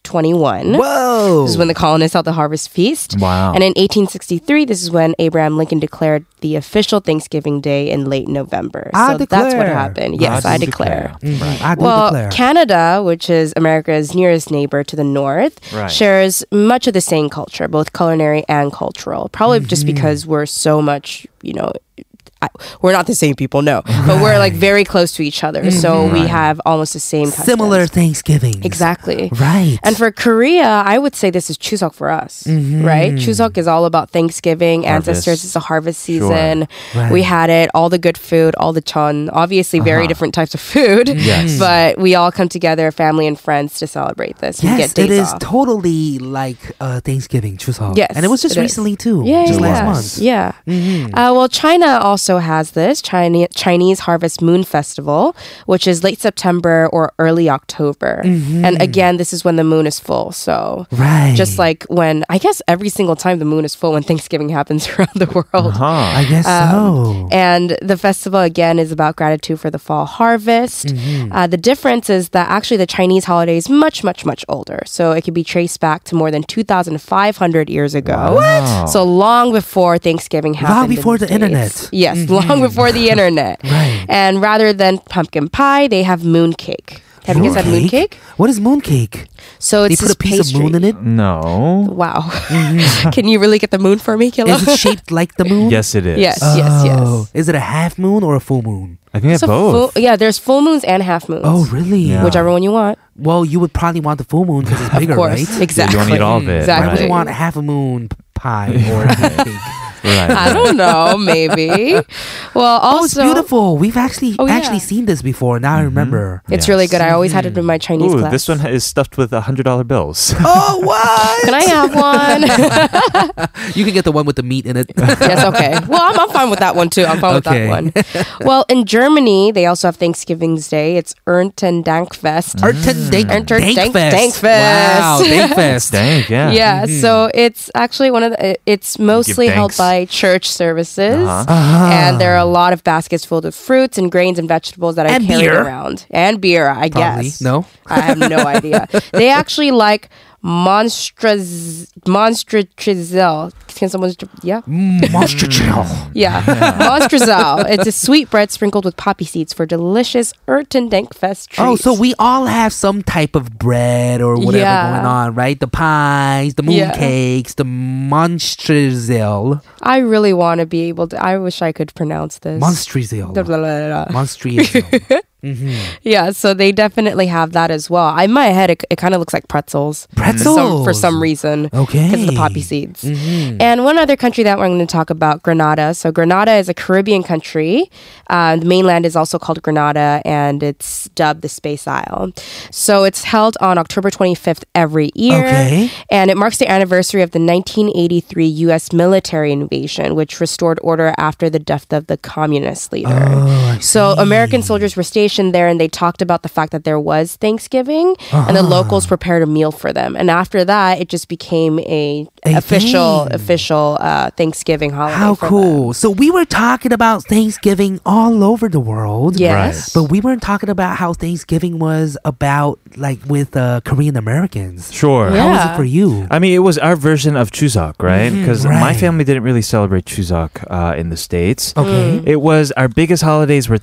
Speaker 4: 1621.
Speaker 2: Whoa.
Speaker 4: This is when the colonists held the harvest feast.
Speaker 1: Wow.
Speaker 4: And in 1863, this is when Abraham Lincoln declared the official Thanksgiving Day in late November.
Speaker 2: I
Speaker 4: so that's what
Speaker 2: declare.
Speaker 4: happened. Yes, I, declare.
Speaker 2: Mhm, I do
Speaker 4: Well,
Speaker 2: declare.
Speaker 4: Canada, which is America's nearest neighbor to the north,
Speaker 1: Right.
Speaker 4: shares much of the same culture, both culinary and cultural. Probably just
Speaker 2: Mm-hmm.
Speaker 4: because we're so much, you know, I, we're not the same people, no, but we're like very close to each other. So we have almost the same customs.
Speaker 2: Mm-hmm. Similar Thanksgiving.
Speaker 4: Exactly.
Speaker 2: Right.
Speaker 4: And for Korea, I would say this is Chuseok for us,
Speaker 2: Mm-hmm.
Speaker 4: right? Chuseok is all about Thanksgiving, ancestors.
Speaker 1: Harvest.
Speaker 4: It's a harvest season.
Speaker 2: Right. Uh-huh.
Speaker 4: We had it, all the good food, all the chon. Obviously, very different types of food.
Speaker 1: Yes.
Speaker 4: But we all come together, family and friends, to celebrate this. we
Speaker 2: Yes,
Speaker 4: get
Speaker 2: it
Speaker 4: days
Speaker 2: is
Speaker 4: off.
Speaker 2: totally like uh, Thanksgiving, Chuseok.
Speaker 4: Yes,
Speaker 2: and it was just
Speaker 4: it is.
Speaker 2: recently too,
Speaker 4: yeah,
Speaker 2: just
Speaker 4: yeah,
Speaker 2: last
Speaker 4: yeah.
Speaker 2: month. Mm-hmm.
Speaker 4: Yeah. Uh, well, China also has this Chinese Chinese Harvest Moon Festival, which is late September or early October.
Speaker 2: Mm-hmm.
Speaker 4: And again, this is when the moon is full. So
Speaker 2: Right.
Speaker 4: just like when I guess every single time the moon is full when Thanksgiving happens around the world. Um,
Speaker 1: Huh.
Speaker 2: I guess Uh-huh. so.
Speaker 4: And the festival again is about gratitude for the fall harvest.
Speaker 2: Mm-hmm.
Speaker 4: Uh, the difference is that actually the Chinese holiday is much, much, much older. So it can be traced back to more than 2,500 years ago.
Speaker 1: Wow.
Speaker 4: So long before Thanksgiving happened. in
Speaker 2: before the
Speaker 4: States.
Speaker 2: internet. Mm-hmm.
Speaker 4: Yes, long before the internet.
Speaker 2: Right.
Speaker 4: And rather than pumpkin pie, they have mooncake. Have you guys had mooncake?
Speaker 2: What is mooncake?
Speaker 4: So
Speaker 2: They
Speaker 4: it's
Speaker 2: put a
Speaker 4: this
Speaker 2: piece
Speaker 4: pastry.
Speaker 2: of moon in it.
Speaker 1: No.
Speaker 4: Wow.
Speaker 1: Mm-hmm.
Speaker 4: Can you really get the moon for me, Kilo?
Speaker 2: Is it shaped like the moon?
Speaker 1: Yes, it is.
Speaker 4: yes, yes,
Speaker 2: Oh,
Speaker 4: yes.
Speaker 2: is it a half moon or a full moon?
Speaker 1: I think I have
Speaker 4: So
Speaker 1: both.
Speaker 4: full- yeah, there's full moons and half moons.
Speaker 2: Oh, really?
Speaker 1: Yeah.
Speaker 4: Whichever one you want.
Speaker 2: Well, you would probably want the full moon because it's bigger,
Speaker 4: of course.
Speaker 2: right?
Speaker 4: Exactly.
Speaker 1: you wanna eat all of it,
Speaker 2: I
Speaker 4: Exactly.
Speaker 2: would
Speaker 1: right.
Speaker 2: want half a moon p- pie or cake.
Speaker 1: Right.
Speaker 4: I don't know, maybe. Well,
Speaker 2: Oh, it's
Speaker 4: also
Speaker 2: beautiful. We've actually
Speaker 4: Oh, yeah.
Speaker 2: actually seen this before. Now
Speaker 1: Mm-hmm.
Speaker 2: I remember.
Speaker 4: it's really
Speaker 1: Yes.
Speaker 4: good. I always had it in my Chinese
Speaker 1: Ooh,
Speaker 4: class.
Speaker 1: this one is stuffed with hundred dollar bills.
Speaker 2: Oh, what?
Speaker 4: Can I have one?
Speaker 2: You can get the one with the meat in it.
Speaker 4: yes, okay. Well, I'm, I'm fine with that one too. I'm fine
Speaker 2: Okay.
Speaker 4: with that one. Well, in Germany, they also have Thanksgiving's Day. It's Ernten Dankfest.
Speaker 1: Mm-hmm.
Speaker 2: Erten Dank,
Speaker 4: Erten Dank- Dankfest.
Speaker 2: Wow, Dankfest.
Speaker 1: Mm. Dang, yeah. Mm-hmm.
Speaker 4: Yeah, so it's actually one of the, it- it's mostly held
Speaker 1: thanks.
Speaker 4: by church services,
Speaker 1: Uh-huh.
Speaker 2: Ah.
Speaker 4: and there are a lot of baskets filled with fruits and grains and vegetables that
Speaker 2: And
Speaker 4: I carry
Speaker 2: beer.
Speaker 4: around and beer. I
Speaker 2: Probably.
Speaker 4: guess
Speaker 2: No?
Speaker 4: I have no idea. They actually like monstras monstratrizel. Can someone? Yeah,
Speaker 1: Mm.
Speaker 2: Monster Chill.
Speaker 4: yeah, monstrazel. It's a sweet bread sprinkled with poppy seeds for delicious Ertendenkfest treats.
Speaker 2: Oh, so we all have some type of bread or whatever
Speaker 4: Yeah.
Speaker 2: going on, right? The pies, the
Speaker 4: Yeah.
Speaker 2: mooncakes, the monstrizel.
Speaker 4: I really want to be able to. I wish I could pronounce this. Blah,
Speaker 2: Monstrizel.
Speaker 4: blah, blah, blah.
Speaker 2: Monstrizel.
Speaker 4: Yeah, so they definitely have that as well. In my head, it, it kind of looks like pretzels. For some, for
Speaker 2: Pretzels.
Speaker 4: some reason.
Speaker 2: Okay.
Speaker 4: Because of the poppy seeds. And one other country that we're going to talk about, Grenada. So Grenada is a Caribbean country. Uh, the mainland is also called Grenada, and it's dubbed the Space Isle. So it's held on October 25th every year.
Speaker 2: Okay.
Speaker 4: And it marks the anniversary of the 1983 U.S. military invasion, which restored order after the death of the communist leader. so American soldiers were stationed there, and they talked about the fact that there was Thanksgiving, and the locals prepared a meal for them. And after that, it just became a,
Speaker 2: A
Speaker 4: official
Speaker 2: thing.
Speaker 4: official uh, Thanksgiving holiday.
Speaker 2: How
Speaker 4: for them.
Speaker 2: cool. So we were talking about Thanksgiving all over the world.
Speaker 4: Yes.
Speaker 2: But we weren't talking about how Thanksgiving was about, like with uh, Korean Americans.
Speaker 1: Sure.
Speaker 4: Yeah.
Speaker 2: How was it for you?
Speaker 1: I mean, it was our version of Chuseok, right? Because my
Speaker 2: Mm-hmm. right. Oh.
Speaker 1: family didn't really celebrate Chuseok uh, in the States.
Speaker 4: mm.
Speaker 2: Okay.
Speaker 1: It was our biggest holidays were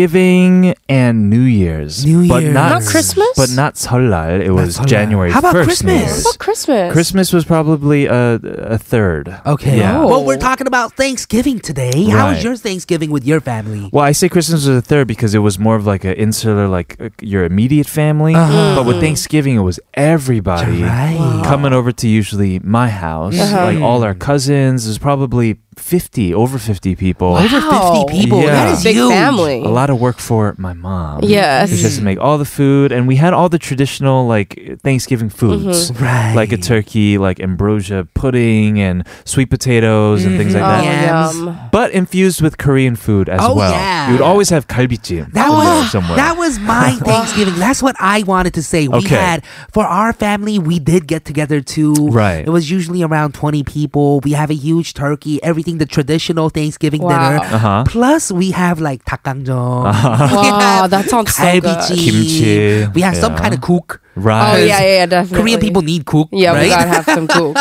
Speaker 1: Thanksgiving and New Year's.
Speaker 2: New
Speaker 1: But
Speaker 2: Year's.
Speaker 1: not,
Speaker 4: Not Christmas?
Speaker 1: But not Seollal. It was
Speaker 2: Seollal.
Speaker 1: January
Speaker 2: How about
Speaker 1: 1st.
Speaker 2: Christmas?
Speaker 1: New
Speaker 4: What
Speaker 1: Year's.
Speaker 4: about Christmas?
Speaker 1: Christmas was probably a, a third.
Speaker 2: Okay.
Speaker 1: Yeah.
Speaker 4: Oh.
Speaker 2: Well, we're talking about Thanksgiving today. How was
Speaker 1: Right.
Speaker 2: your Thanksgiving with your family?
Speaker 1: Well, I say Christmas was a third because it was more of like an insular, like uh, your immediate family.
Speaker 2: Uh-huh.
Speaker 1: But with Thanksgiving, it was everybody
Speaker 2: Right.
Speaker 1: coming over to usually my house,
Speaker 4: Uh-huh.
Speaker 1: like all
Speaker 2: Mm.
Speaker 1: our cousins. There's probably 50, over 50 people.
Speaker 4: Wow.
Speaker 2: Over 50 people.
Speaker 1: Yeah.
Speaker 2: That is
Speaker 4: Big
Speaker 2: huge.
Speaker 4: family.
Speaker 1: A lot of work for my mom.
Speaker 4: Yes.
Speaker 1: It's just to make all the food. And we had all the traditional, like, Thanksgiving
Speaker 4: Mm-hmm.
Speaker 1: foods.
Speaker 2: Right.
Speaker 1: Like a turkey, like ambrosia pudding and sweet potatoes and things like
Speaker 4: Oh,
Speaker 1: that.
Speaker 2: Yams.
Speaker 4: yum.
Speaker 1: But infused with Korean food as
Speaker 2: Oh,
Speaker 1: well.
Speaker 2: yeah.
Speaker 1: You would always have kalbichim
Speaker 2: That
Speaker 1: in there
Speaker 2: was
Speaker 1: somewhere.
Speaker 2: that was my Thanksgiving. That's what I wanted to say. We
Speaker 1: Okay.
Speaker 2: had for our family, we did get together too.
Speaker 1: Right.
Speaker 2: It was usually around twenty people. We have a huge turkey, everything the traditional Thanksgiving
Speaker 4: Wow.
Speaker 2: dinner.
Speaker 1: Uh-huh.
Speaker 2: Plus, we have like 닭강정. We
Speaker 4: Wow,
Speaker 2: have
Speaker 4: that sounds so good.
Speaker 2: 갈비찜.
Speaker 1: Kimchi.
Speaker 2: We have some
Speaker 1: Yeah.
Speaker 2: kind of cook.
Speaker 4: Oh
Speaker 1: Right.
Speaker 4: yeah, yeah, yeah, definitely.
Speaker 2: Korean people need cook.
Speaker 4: Yeah,
Speaker 2: right?
Speaker 4: we gotta have some cook.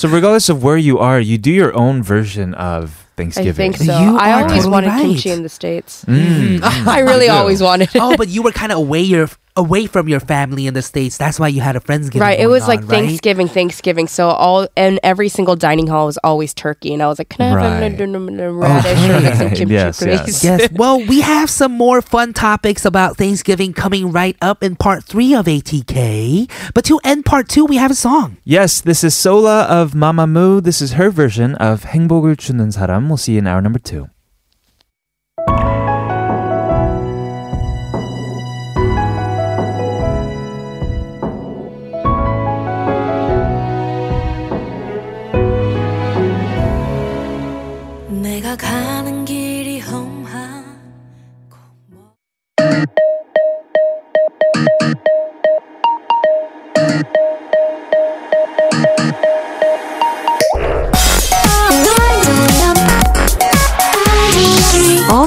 Speaker 1: So regardless of where you are, you do your own version of Thanksgiving. Mm.
Speaker 4: I think so. Mm-hmm.
Speaker 2: You
Speaker 4: I
Speaker 2: are
Speaker 4: always
Speaker 2: totally
Speaker 4: wanted
Speaker 2: right.
Speaker 4: kimchi in the states. I really always wanted it.
Speaker 2: oh, but you were kind of away your away from your family in the states. That's why you had a friendsgiving.
Speaker 4: Right, it
Speaker 2: going
Speaker 4: was like
Speaker 2: on, right?
Speaker 4: Thanksgiving, Thanksgiving. So all and every single dining hall was always turkey, and I was like, "Can I have
Speaker 1: Right.
Speaker 4: a n- n- n- radish with some kimchi,
Speaker 1: Yes,
Speaker 4: please?"
Speaker 2: yes. Well, we have some more fun topics about Thanksgiving coming right up in part three of ATK. But to end part two, we have a song.
Speaker 1: Yes, this is Sola of Mamamoo. This is her version of 행복을 주는 사람. We'll see you in hour number two.
Speaker 3: 내가 가는 길이 험한
Speaker 5: All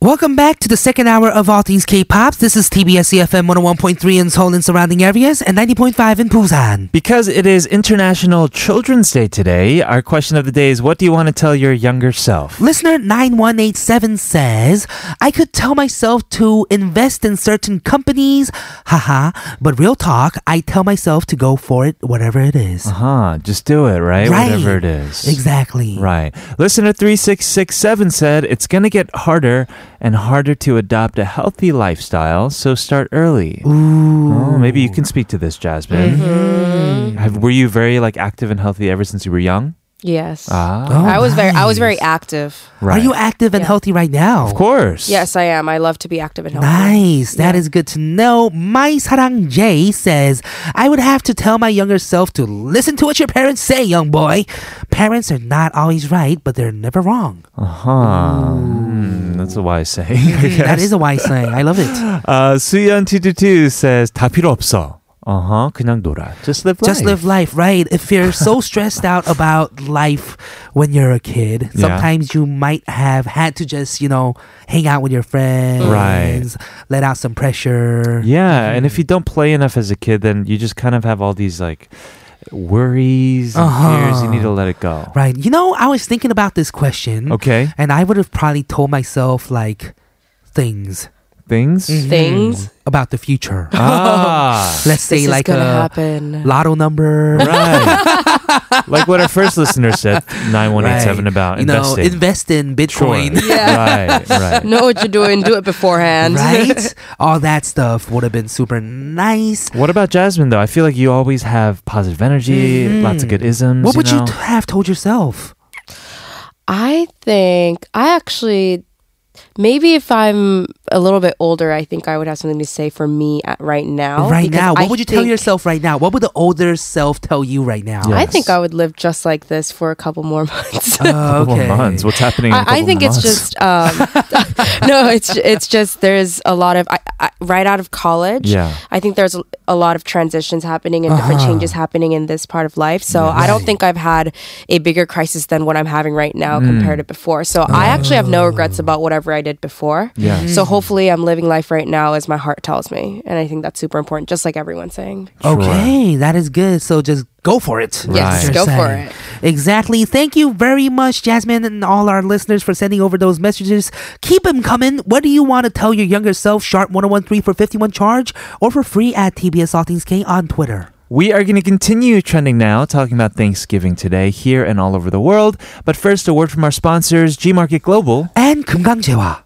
Speaker 2: Welcome back to the second hour of All Things K-Pop. This is TBS EFM 101.3 in Seoul and surrounding areas and 90.5 in Busan.
Speaker 1: Because it is International Children's Day today, our question of the day is what do you want to tell your younger self?
Speaker 2: Listener 9187 says, I could tell myself to invest in certain companies, haha, but real talk, I tell myself to go for it, whatever it is.
Speaker 1: Huh, Uh-huh. just do it, right?
Speaker 2: Right.
Speaker 1: Whatever it is.
Speaker 2: Exactly.
Speaker 1: Right. Listener 3667 said, It's going to get harder and harder to adopt a healthy lifestyle, so start early. Ooh. maybe you can speak to this, Jasmine.
Speaker 2: Mm-hmm.
Speaker 1: Have, were you very like active and healthy ever since you were young?
Speaker 4: Yes.
Speaker 1: Ah,
Speaker 4: I was very I was very active.
Speaker 1: right.
Speaker 2: Oh, Are you active and
Speaker 4: Yeah.
Speaker 2: healthy right now?
Speaker 1: Of course.
Speaker 4: Yes, I am. I love to be active and healthy.
Speaker 2: Nice. That
Speaker 4: Yeah.
Speaker 2: is good to know. My sarang Jay says, I would have to tell my younger self to listen to what your parents say, young boy. Parents are not always right, but they're never wrong.
Speaker 1: Huh. Uh-huh. Hmm, that's a wise saying. I guess.
Speaker 2: That is a wise saying. I love it.
Speaker 1: Uh, 수연222 says, 다 필요 없어. Uh-huh. 그냥 놀아. Just live life.
Speaker 2: Just live life, right? If you're so stressed out about life when you're a kid,
Speaker 1: Yeah.
Speaker 2: sometimes you might have had to just, you know, hang out with your friends,
Speaker 1: Right.
Speaker 2: let out some pressure.
Speaker 1: Yeah, and if you don't play enough as a kid, then you just kind of have all these like worries and fears. You need to let it go.
Speaker 2: Uh-huh. Right. You know, I was thinking about this question.
Speaker 1: Okay,
Speaker 2: And I would have probably told myself like things
Speaker 1: things.
Speaker 2: Mm-hmm.
Speaker 4: Things
Speaker 2: about the future.
Speaker 1: Ah,
Speaker 2: Let's say
Speaker 4: Mm-hmm. this is
Speaker 2: like a
Speaker 4: gonna happen.
Speaker 2: lotto number.
Speaker 1: right. like what our first listener said, nine one eight seven about
Speaker 2: you know,
Speaker 1: investing.
Speaker 2: invest in Bitcoin.
Speaker 1: yeah. Right. Right.
Speaker 4: know what you're doing, do it beforehand.
Speaker 2: right? All that stuff would have been super nice.
Speaker 1: What about Jasmine though? I feel like you always have positive energy, lots of good isms.
Speaker 2: Mm-hmm. What would you
Speaker 1: know?
Speaker 2: t- have told yourself?
Speaker 4: I think I actually maybe if I'm a little bit older, I think I would have something to say for me at, right now.
Speaker 2: right
Speaker 4: because
Speaker 2: now, what
Speaker 4: I
Speaker 2: would you tell
Speaker 4: think-
Speaker 2: yourself right now? What would the older self tell you right now?
Speaker 1: Yeah.
Speaker 4: I think I would live just like this for a couple more months.
Speaker 2: Uh,
Speaker 1: Couple
Speaker 2: okay.
Speaker 1: months. What's happening? in a
Speaker 4: I, I
Speaker 1: couple
Speaker 4: think it's
Speaker 1: months?
Speaker 4: just um, no, it's it's just there's a lot of I, I, right out of college.
Speaker 1: Yeah.
Speaker 4: I think there's a lot of transitions happening and different
Speaker 2: Uh-huh.
Speaker 4: changes happening in this part of life. So I don't think I've had a bigger crisis than what I'm having right now
Speaker 2: Hmm.
Speaker 4: compared to before. So I actually have
Speaker 2: Oh.
Speaker 4: no regrets about whatever I did before.
Speaker 1: Yeah.
Speaker 4: So hopefully I'm living life right now as my heart tells me, and I think that's super important. Just like everyone's saying.
Speaker 2: Okay, that is good. So just go for it.
Speaker 1: Yes,
Speaker 2: You're
Speaker 4: go for
Speaker 2: saying.
Speaker 4: it.
Speaker 2: Exactly. Thank you very much, Jasmine, and all our listeners for sending over those messages. Keep them coming. What do you want to tell your younger self? Sharp 1013 for 51 charge or for free at TBS All Things K on Twitter.
Speaker 1: We are going to continue trending now, talking about Thanksgiving today here and all over the world. But first, a word from our sponsors, G Market Global.
Speaker 2: And 금강제와.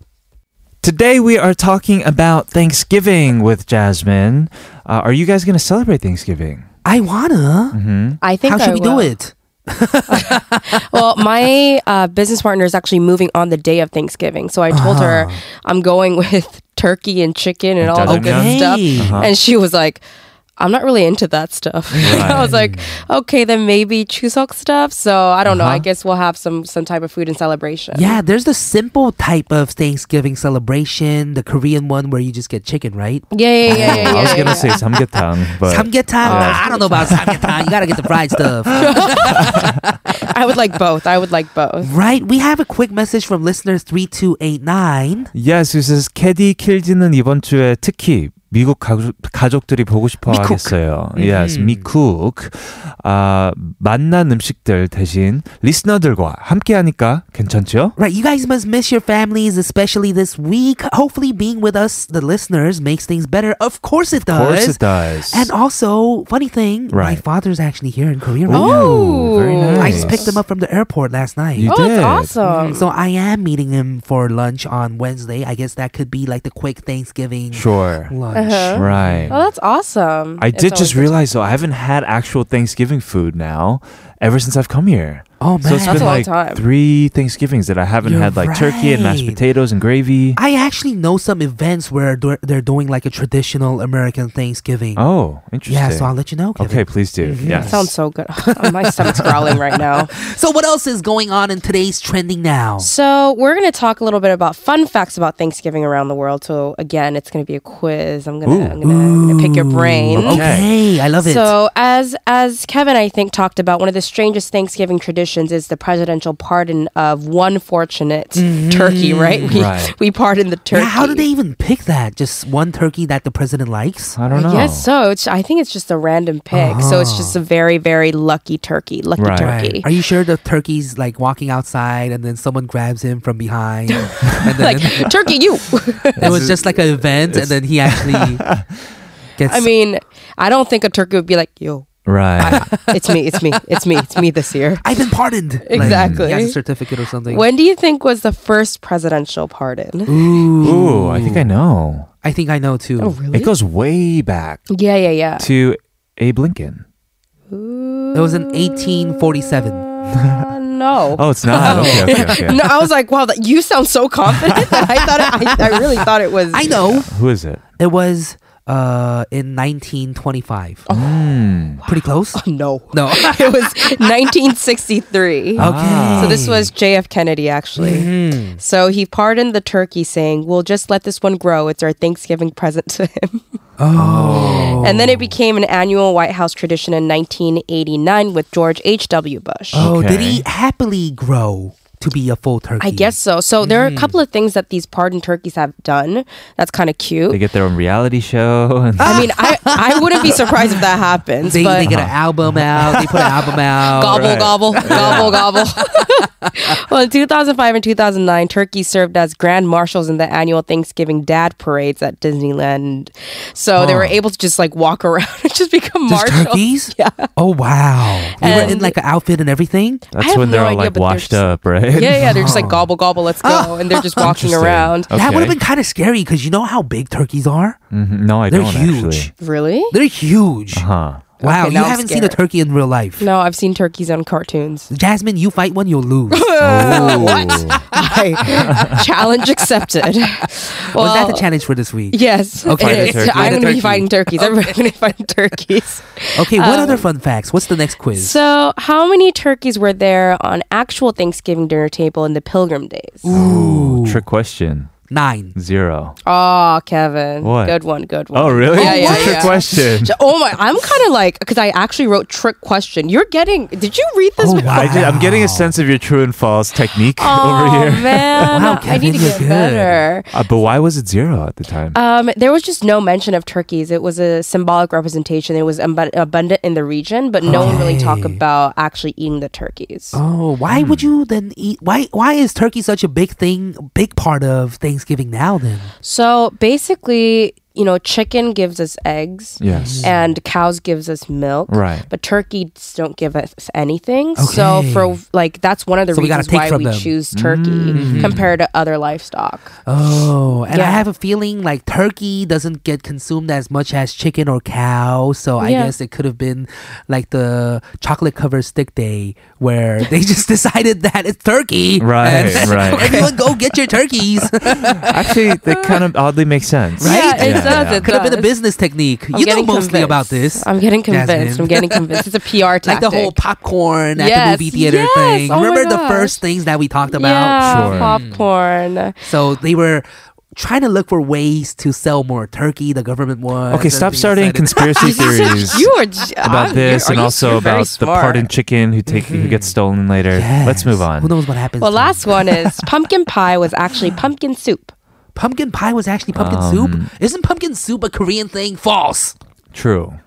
Speaker 1: Today, we are talking about Thanksgiving with Jasmine. Uh, are you guys going to celebrate Thanksgiving?
Speaker 2: I wanna.
Speaker 4: I Mm-hmm. think
Speaker 2: How should
Speaker 4: I
Speaker 2: we Hmm.
Speaker 4: will.
Speaker 2: do it?
Speaker 4: well, my uh, business partner is actually moving on the day of Thanksgiving, so I told her
Speaker 1: Ah.
Speaker 4: I'm going with turkey and chicken and all that
Speaker 1: Okay.
Speaker 4: good stuff,
Speaker 2: Uh-huh.
Speaker 4: and she was like. I'm not really into that stuff. I was like, okay, then maybe Chuseok stuff. So I don't know.
Speaker 1: Uh-huh.
Speaker 4: I guess we'll have some some type of food and celebration.
Speaker 2: Yeah, there's the simple type of Thanksgiving celebration, the Korean one where you just get chicken, right?
Speaker 4: yeah, yeah, yeah. yeah, yeah,
Speaker 1: I was going
Speaker 4: yeah,
Speaker 1: to say samgyetang, but
Speaker 2: Samgyetang. Nah, I don't know about samgyetang. You gotta get the fried stuff.
Speaker 4: yeah. I would like both. I would like both.
Speaker 2: Right, we have a quick message from listener 3289.
Speaker 1: yes, who says 캐디 킬지는 이번 주에 특히 미국 가족, 가족들이 보고 싶어
Speaker 2: 미쿡.
Speaker 1: 하겠어요. Yes, 미쿡. 아, 맛난 음식들 대신 리스너들과 함께 하니까 괜찮죠?
Speaker 2: Right, you guys must miss your families, especially this week. Hopefully, being with us, the listeners, makes things better. Of course it
Speaker 1: Of
Speaker 2: does.
Speaker 1: course it does.
Speaker 2: And also, funny thing,
Speaker 1: Right.
Speaker 2: my father's actually here in Korea right
Speaker 1: Ooh,
Speaker 4: Oh.
Speaker 1: very
Speaker 2: now.
Speaker 1: nice.
Speaker 2: I just picked him up from the airport last night.
Speaker 1: You
Speaker 4: Oh,
Speaker 1: did. Mm-hmm.
Speaker 4: that's awesome.
Speaker 2: so I am meeting him for lunch on Wednesday. I guess that could be like the quick Thanksgiving
Speaker 1: Sure.
Speaker 2: lunch.
Speaker 1: Right.
Speaker 4: Oh, that's awesome.
Speaker 1: I
Speaker 4: Mm, It's
Speaker 1: did
Speaker 4: always
Speaker 1: just
Speaker 4: good
Speaker 1: realize though I haven't had actual Thanksgiving food now ever since I've come here.
Speaker 2: Oh
Speaker 1: So
Speaker 2: man,
Speaker 1: it's
Speaker 4: That's
Speaker 1: been
Speaker 4: a long
Speaker 1: like
Speaker 4: time.
Speaker 1: three Thanksgivings that I haven't
Speaker 2: You're
Speaker 1: had like turkey and mashed
Speaker 2: right.
Speaker 1: potatoes and gravy.
Speaker 2: I actually know some events where they're they're doing like a traditional American Thanksgiving.
Speaker 1: Oh, interesting.
Speaker 2: yeah, so I'll let you know. Kevin.
Speaker 1: okay, please do.
Speaker 4: to-
Speaker 1: Yes.
Speaker 4: Sounds so good. My stomach's growling right now.
Speaker 2: So what else is going on in today's trending now?
Speaker 4: So we're going to talk a little bit about fun facts about Thanksgiving around the world. So again, it's going to be a quiz. I'm going
Speaker 1: Ooh.
Speaker 4: to I'm gonna, I'm gonna pick your brain.
Speaker 1: Okay.
Speaker 2: Okay, I love it.
Speaker 4: So as as Kevin I think talked about, one of the strangest Thanksgiving traditions is the presidential pardon of one fortunate turkey, right? We,
Speaker 1: Mm-hmm. Right.
Speaker 4: we pardon the turkey.
Speaker 2: Yeah, how do they even pick that? Just one turkey that the president likes?
Speaker 1: I don't know. Oh.
Speaker 4: Yes, so it's, I think it's just a random pick. So it's just a very, very lucky turkey, lucky
Speaker 1: Right.
Speaker 4: turkey.
Speaker 2: Are you sure the turkey's like walking outside and then someone grabs him from behind? and then
Speaker 4: like turkey, you.
Speaker 2: it was just like an event and then he actually gets.
Speaker 4: I mean, I don't think a turkey would be like, yo,
Speaker 1: Right.
Speaker 4: it's me, it's me, it's me, it's me this year.
Speaker 2: I've been pardoned. Like,
Speaker 4: Exactly.
Speaker 2: he has a certificate or something.
Speaker 4: When do you think was the first presidential pardon?
Speaker 1: Ooh, I think I know.
Speaker 2: I think I know too.
Speaker 4: Oh, really?
Speaker 1: It goes way back
Speaker 4: Yeah, yeah, yeah.
Speaker 1: to Abe Lincoln.
Speaker 2: It was in 1847.
Speaker 4: Uh, no.
Speaker 1: Oh, it's not. Okay, okay, okay.
Speaker 4: No, I was like, wow, that, you sound so confident. That I thought, it, I, I really thought it was.
Speaker 2: I know.
Speaker 1: Who is it?
Speaker 2: It was uh, in 1925.
Speaker 4: Oh.
Speaker 1: Hmm.
Speaker 2: Pretty close.
Speaker 4: No,
Speaker 2: No.
Speaker 4: it was 1963.
Speaker 2: Okay.
Speaker 4: So this was JF Kennedy actually.
Speaker 2: Mhm.
Speaker 4: So he pardoned the turkey, saying, "We'll just let this one grow. It's our Thanksgiving present to him."
Speaker 2: Oh.
Speaker 4: And then it became an annual White House tradition in 1989 with George H.W. Bush.
Speaker 2: Oh, did he
Speaker 1: Okay.
Speaker 2: happily grow to be a full turkey?
Speaker 4: I guess so. So there are
Speaker 2: Mm.
Speaker 4: a couple of things that these pardoned turkeys have done. That's kind of
Speaker 1: They
Speaker 4: cute.
Speaker 1: get their own reality show. And
Speaker 4: I mean, I, I wouldn't be surprised if that happens.
Speaker 2: They,
Speaker 4: but
Speaker 2: they get an
Speaker 1: Uh-huh.
Speaker 2: album out. They put an album out.
Speaker 4: gobble, gobble, gobble, gobble, well, in 2005 and 2009, Turkey served as grand marshals in the annual Thanksgiving dad parades at Disneyland. So they were able to just like walk around and just become
Speaker 2: Just
Speaker 4: marshals.
Speaker 2: turkeys? Yeah. Oh wow! They were in
Speaker 4: And-
Speaker 2: like an outfit and everything.
Speaker 1: that's
Speaker 4: I have
Speaker 1: when they're
Speaker 4: no
Speaker 1: all
Speaker 4: idea,
Speaker 1: like
Speaker 4: but they're
Speaker 1: washed up,
Speaker 4: just-
Speaker 1: right?
Speaker 4: Yeah, yeah, they're just like gobble, gobble, let's go. And they're just walking
Speaker 1: Interesting.
Speaker 4: around.
Speaker 1: Okay.
Speaker 2: That would have been kind of scary because you know how big turkeys are.
Speaker 1: Mhm. No, I
Speaker 2: They're
Speaker 1: don't
Speaker 2: huge.
Speaker 1: actually. Uh-huh.
Speaker 4: Really?
Speaker 2: They're huge.
Speaker 1: Huh.
Speaker 2: Wow, you
Speaker 4: Okay, now I'm
Speaker 2: haven't seen a
Speaker 4: scared.
Speaker 2: turkey in real life.
Speaker 4: No, I've seen turkeys on cartoons.
Speaker 2: Jasmine, you fight one, you'll lose.
Speaker 1: What?
Speaker 4: challenge accepted. Well,
Speaker 2: Was that the challenge for this week?
Speaker 4: Yes.
Speaker 2: Okay.
Speaker 1: Fight a
Speaker 4: it is.
Speaker 1: turkey.
Speaker 4: I'm
Speaker 2: Fight a
Speaker 4: going to
Speaker 2: turkey.
Speaker 4: be fighting turkeys. Everybody's going to be fighting turkeys.
Speaker 2: Okay, what other fun facts? What's the next quiz?
Speaker 4: um, So, how many turkeys were there on actual Thanksgiving dinner table in the Pilgrim days?
Speaker 1: Ooh, trick question.
Speaker 2: Nine.
Speaker 1: Zero.
Speaker 4: Oh, Kevin.
Speaker 1: What?
Speaker 4: Good one. Good one.
Speaker 1: Oh, really?
Speaker 4: Yeah, yeah,
Speaker 1: It's a trick
Speaker 4: yeah.
Speaker 1: question.
Speaker 4: J- Oh my! I'm kind of like because I actually wrote trick question. You're getting? Did you read this?
Speaker 2: Oh,
Speaker 4: before?
Speaker 1: I am getting a sense of your true and false technique
Speaker 4: Oh,
Speaker 1: over here.
Speaker 4: man,
Speaker 2: Wow,
Speaker 4: I
Speaker 2: Kevin,
Speaker 4: need to
Speaker 2: you're
Speaker 4: get
Speaker 2: good.
Speaker 4: better.
Speaker 1: Uh, but why was it zero at the time?
Speaker 4: Um, there was just no mention of turkeys. It was a symbolic representation. It was abu- abundant in the region, but no one really talked about actually eating the turkeys.
Speaker 2: Oh, why
Speaker 4: Hmm.
Speaker 2: would you then eat? Why why is turkey such a big thing, big part of Thanksgiving now? Then
Speaker 4: So basically, you know, chicken gives us eggs.
Speaker 2: Mm.
Speaker 1: yes.
Speaker 4: And cows gives us milk,
Speaker 1: Right.
Speaker 4: But turkeys don't give us anything. So
Speaker 2: Okay.
Speaker 4: for like, that's one of the
Speaker 2: So we gotta
Speaker 4: reasons
Speaker 2: take
Speaker 4: why
Speaker 2: from
Speaker 4: we
Speaker 2: them. Mm.
Speaker 4: choose turkey compared to other livestock.
Speaker 2: oh, and I
Speaker 4: Yeah.
Speaker 2: have a feeling like turkey doesn't get consumed as much as chicken or cow. So I
Speaker 4: Yeah.
Speaker 2: guess it could have been like the chocolate covered stick day where they just decided that it's turkey.
Speaker 1: Right,
Speaker 2: and
Speaker 1: right.
Speaker 2: Everyone go get your turkeys.
Speaker 1: Actually, that kind of oddly makes sense.
Speaker 2: Right?
Speaker 4: Yeah, it
Speaker 1: Yeah,
Speaker 4: does.
Speaker 1: yeah.
Speaker 4: It
Speaker 2: could have been a
Speaker 4: does.
Speaker 2: business technique.
Speaker 4: I'm
Speaker 2: you know
Speaker 4: getting
Speaker 2: mostly
Speaker 4: convinced.
Speaker 2: about this.
Speaker 4: I'm getting convinced.
Speaker 2: Jasmine.
Speaker 4: I'm getting convinced. It's a PR tactic.
Speaker 2: like the whole popcorn at
Speaker 4: Yes,
Speaker 2: the movie theater
Speaker 4: yes,
Speaker 2: thing.
Speaker 4: oh my
Speaker 2: Remember the
Speaker 4: gosh.
Speaker 2: first things that we talked about?
Speaker 4: yeah,
Speaker 1: Sure.
Speaker 4: popcorn.
Speaker 2: So they were trying to look for ways to sell more turkey. The government was.
Speaker 1: Okay,
Speaker 2: and
Speaker 1: stop
Speaker 2: they
Speaker 1: starting
Speaker 2: decided-
Speaker 1: conspiracy theories
Speaker 4: You are j-
Speaker 1: about
Speaker 4: I'm-
Speaker 1: this
Speaker 4: you're-
Speaker 1: and
Speaker 4: are you-
Speaker 1: also
Speaker 4: you're very
Speaker 1: about the
Speaker 4: smart.
Speaker 1: pardoned chicken who take who gets stolen later.
Speaker 2: Yes.
Speaker 1: Let's move on.
Speaker 2: Who knows what happens?
Speaker 4: Well,
Speaker 2: to
Speaker 4: last one is pumpkin pie was actually pumpkin soup.
Speaker 2: them. pumpkin pie was actually pumpkin
Speaker 1: Um,
Speaker 2: soup. Isn't pumpkin soup a Korean thing? False.
Speaker 1: True.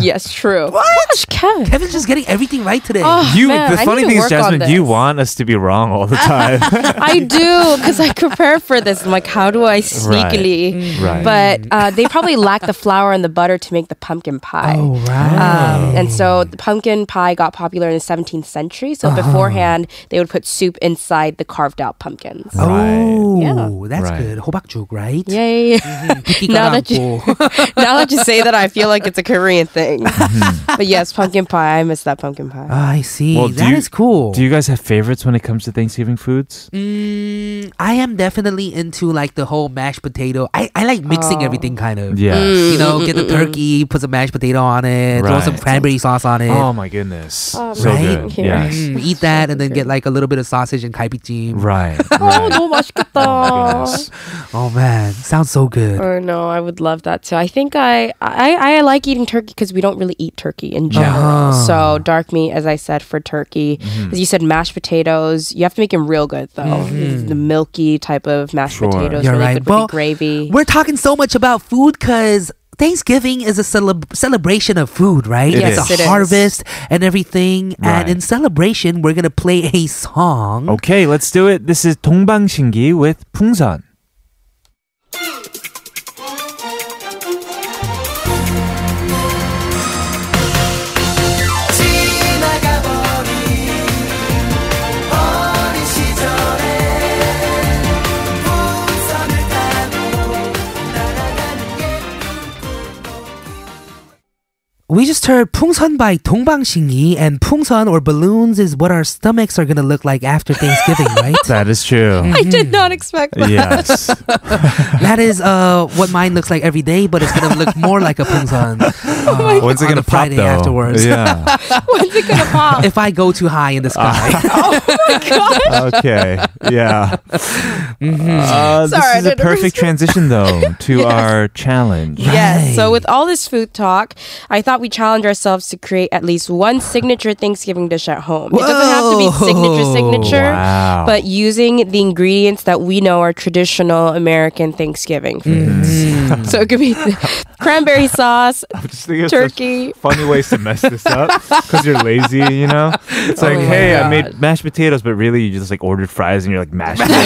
Speaker 4: Yes, true. Gosh, Kevin.
Speaker 2: Kevin's just getting everything right today.
Speaker 4: Oh,
Speaker 1: You
Speaker 4: man,
Speaker 1: the
Speaker 4: I
Speaker 1: funny
Speaker 4: need to
Speaker 1: thing is
Speaker 4: work on
Speaker 1: Jasmine, you
Speaker 4: this.
Speaker 1: want us to be wrong all the time.
Speaker 4: I do because I prepare for this. I'm like, how do I sneakily?
Speaker 1: Mm. right.
Speaker 4: But uh, they probably lack the flour and the butter to make the pumpkin pie.
Speaker 2: Oh, right.
Speaker 4: Um, and so the pumpkin pie got popular in the 17th century. So
Speaker 1: Uh-huh.
Speaker 4: beforehand, they would put soup inside the carved out pumpkins.
Speaker 2: oh, that's
Speaker 1: Right.
Speaker 2: good. Hobakjuk, right?
Speaker 4: Yeah, yeah, yeah. Now that you-
Speaker 2: Tikkarampo.
Speaker 4: now that you say that, I feel like it's a Korean thing.
Speaker 1: Mm-hmm.
Speaker 4: but yes, pumpkin pie. I miss that pumpkin pie.
Speaker 2: Ah, I see.
Speaker 1: Well,
Speaker 2: That is
Speaker 1: do you-
Speaker 2: cool.
Speaker 1: Do you guys have favorites when it comes to Thanksgiving foods?
Speaker 2: Mm, I am definitely into like the whole mashed potato. I, I like mixing everything kind
Speaker 1: Oh.
Speaker 2: of.
Speaker 1: Yes.
Speaker 2: You
Speaker 4: Mm,
Speaker 2: know, get the turkey, put some mashed potato on it, throw some
Speaker 1: Right.
Speaker 2: cranberry sauce on it.
Speaker 1: Oh my goodness. so
Speaker 2: right?
Speaker 1: good.
Speaker 4: Here.
Speaker 1: Yes.
Speaker 2: Mm, eat
Speaker 4: Oh,
Speaker 2: that and then get like a little bit of sausage and kaipichim.
Speaker 1: Right. right.
Speaker 4: 너무 맛있겠다.
Speaker 1: Oh my goodness.
Speaker 2: Oh man, sounds so good.
Speaker 4: Or no, I would love that too. I think I I, I like eating turkey because we don't really eat turkey in general.
Speaker 2: Uh-huh.
Speaker 4: So dark meat, as I said, for turkey.
Speaker 2: Mm-hmm.
Speaker 4: As you said, mashed potatoes. You have to make them real good though. The milky type of mashed
Speaker 1: Sure.
Speaker 4: potatoes
Speaker 2: Mm-hmm. You're
Speaker 4: really
Speaker 2: right.
Speaker 4: good with the gravy.
Speaker 2: We're talking so much about food because Thanksgiving is a celeb- celebration of food, right?
Speaker 1: It
Speaker 2: it's
Speaker 1: is.
Speaker 2: a
Speaker 4: Yes, it is.
Speaker 2: harvest and everything.
Speaker 1: Right.
Speaker 2: And in celebration, we're gonna play a song.
Speaker 4: Mm.
Speaker 1: Okay, let's do it. This is 동방신기 with 풍선.
Speaker 2: We just heard Pungsun by Dongbang and Pungsun or balloons is what our stomachs are gonna look like after Thanksgiving, right?
Speaker 1: That is true.
Speaker 4: I did
Speaker 2: Mm.
Speaker 4: not expect that.
Speaker 1: yes.
Speaker 2: that is uh, what mine looks like every day, but it's gonna look more like a Pungsun. Uh,
Speaker 1: When's it
Speaker 2: on
Speaker 1: gonna
Speaker 2: the Friday
Speaker 1: pop though?
Speaker 2: afterwards?
Speaker 1: Yeah.
Speaker 4: When's it gonna pop?
Speaker 2: If I go too high in the sky.
Speaker 1: okay. Yeah. Uh, this
Speaker 4: Mm-hmm. Sorry, I
Speaker 1: is a
Speaker 4: didn't
Speaker 1: perfect transition though to our challenge.
Speaker 4: Yes. So
Speaker 2: Right.
Speaker 4: with all this food talk, I thought we challenge ourselves to create at least one signature Thanksgiving dish at home. It doesn't have to be signature
Speaker 2: Whoa.
Speaker 4: signature,
Speaker 1: Wow.
Speaker 4: but using the ingredients that we know are traditional American
Speaker 2: Mm.
Speaker 4: Thanksgiving foods. So it could be cranberry sauce,
Speaker 1: Just think of such
Speaker 4: turkey.
Speaker 1: Funny ways to mess this up because you're lazy, you know. It's
Speaker 2: Oh
Speaker 1: like,
Speaker 4: my
Speaker 1: hey, I
Speaker 4: God.
Speaker 1: made mashed potatoes, but really you just like ordered fries and you're like mashed them up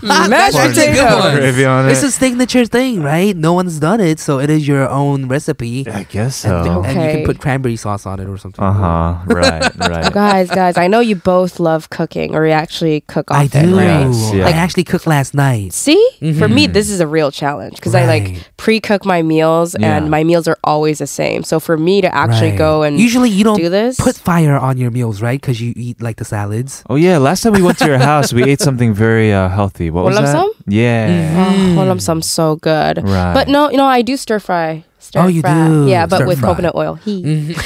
Speaker 1: and like
Speaker 4: Mashed
Speaker 1: pouring
Speaker 2: That's a good
Speaker 4: potatoes.
Speaker 2: one.
Speaker 1: gravy on it.
Speaker 2: It's a signature thing, right? No one's done it, so it is your own recipe.
Speaker 1: I guess so.
Speaker 2: And, and you can
Speaker 4: Okay.
Speaker 2: put cranberry sauce on it or something.
Speaker 1: Uh huh. Right. Right.
Speaker 4: Guys, guys, I know you both love cooking or you actually cook
Speaker 2: I
Speaker 4: often,
Speaker 2: do.
Speaker 4: right?
Speaker 1: Yes, yeah.
Speaker 2: I actually cooked last night.
Speaker 4: See, for me, this is a real challenge because I
Speaker 2: Right.
Speaker 4: like pre-cook my meals,
Speaker 1: Yeah.
Speaker 4: and my meals are always the same. So for me to actually
Speaker 2: Right.
Speaker 4: go and
Speaker 2: usually you don't
Speaker 4: do this,
Speaker 2: put fire on your meals, right? Because you eat like the salads.
Speaker 1: Oh yeah, last time we went to your house, we ate something very uh, healthy. What was
Speaker 4: Ulam
Speaker 1: that?
Speaker 4: sum?
Speaker 2: Mm-hmm.
Speaker 1: Yeah.
Speaker 2: Mm.
Speaker 4: oh, hold on, some so good.
Speaker 1: Right.
Speaker 4: But no, you know, I do stir fry. Stir
Speaker 2: Oh, you
Speaker 4: fry.
Speaker 2: do.
Speaker 4: Yeah, but
Speaker 2: Stir
Speaker 4: with
Speaker 2: fry. Mm.
Speaker 4: coconut oil. He.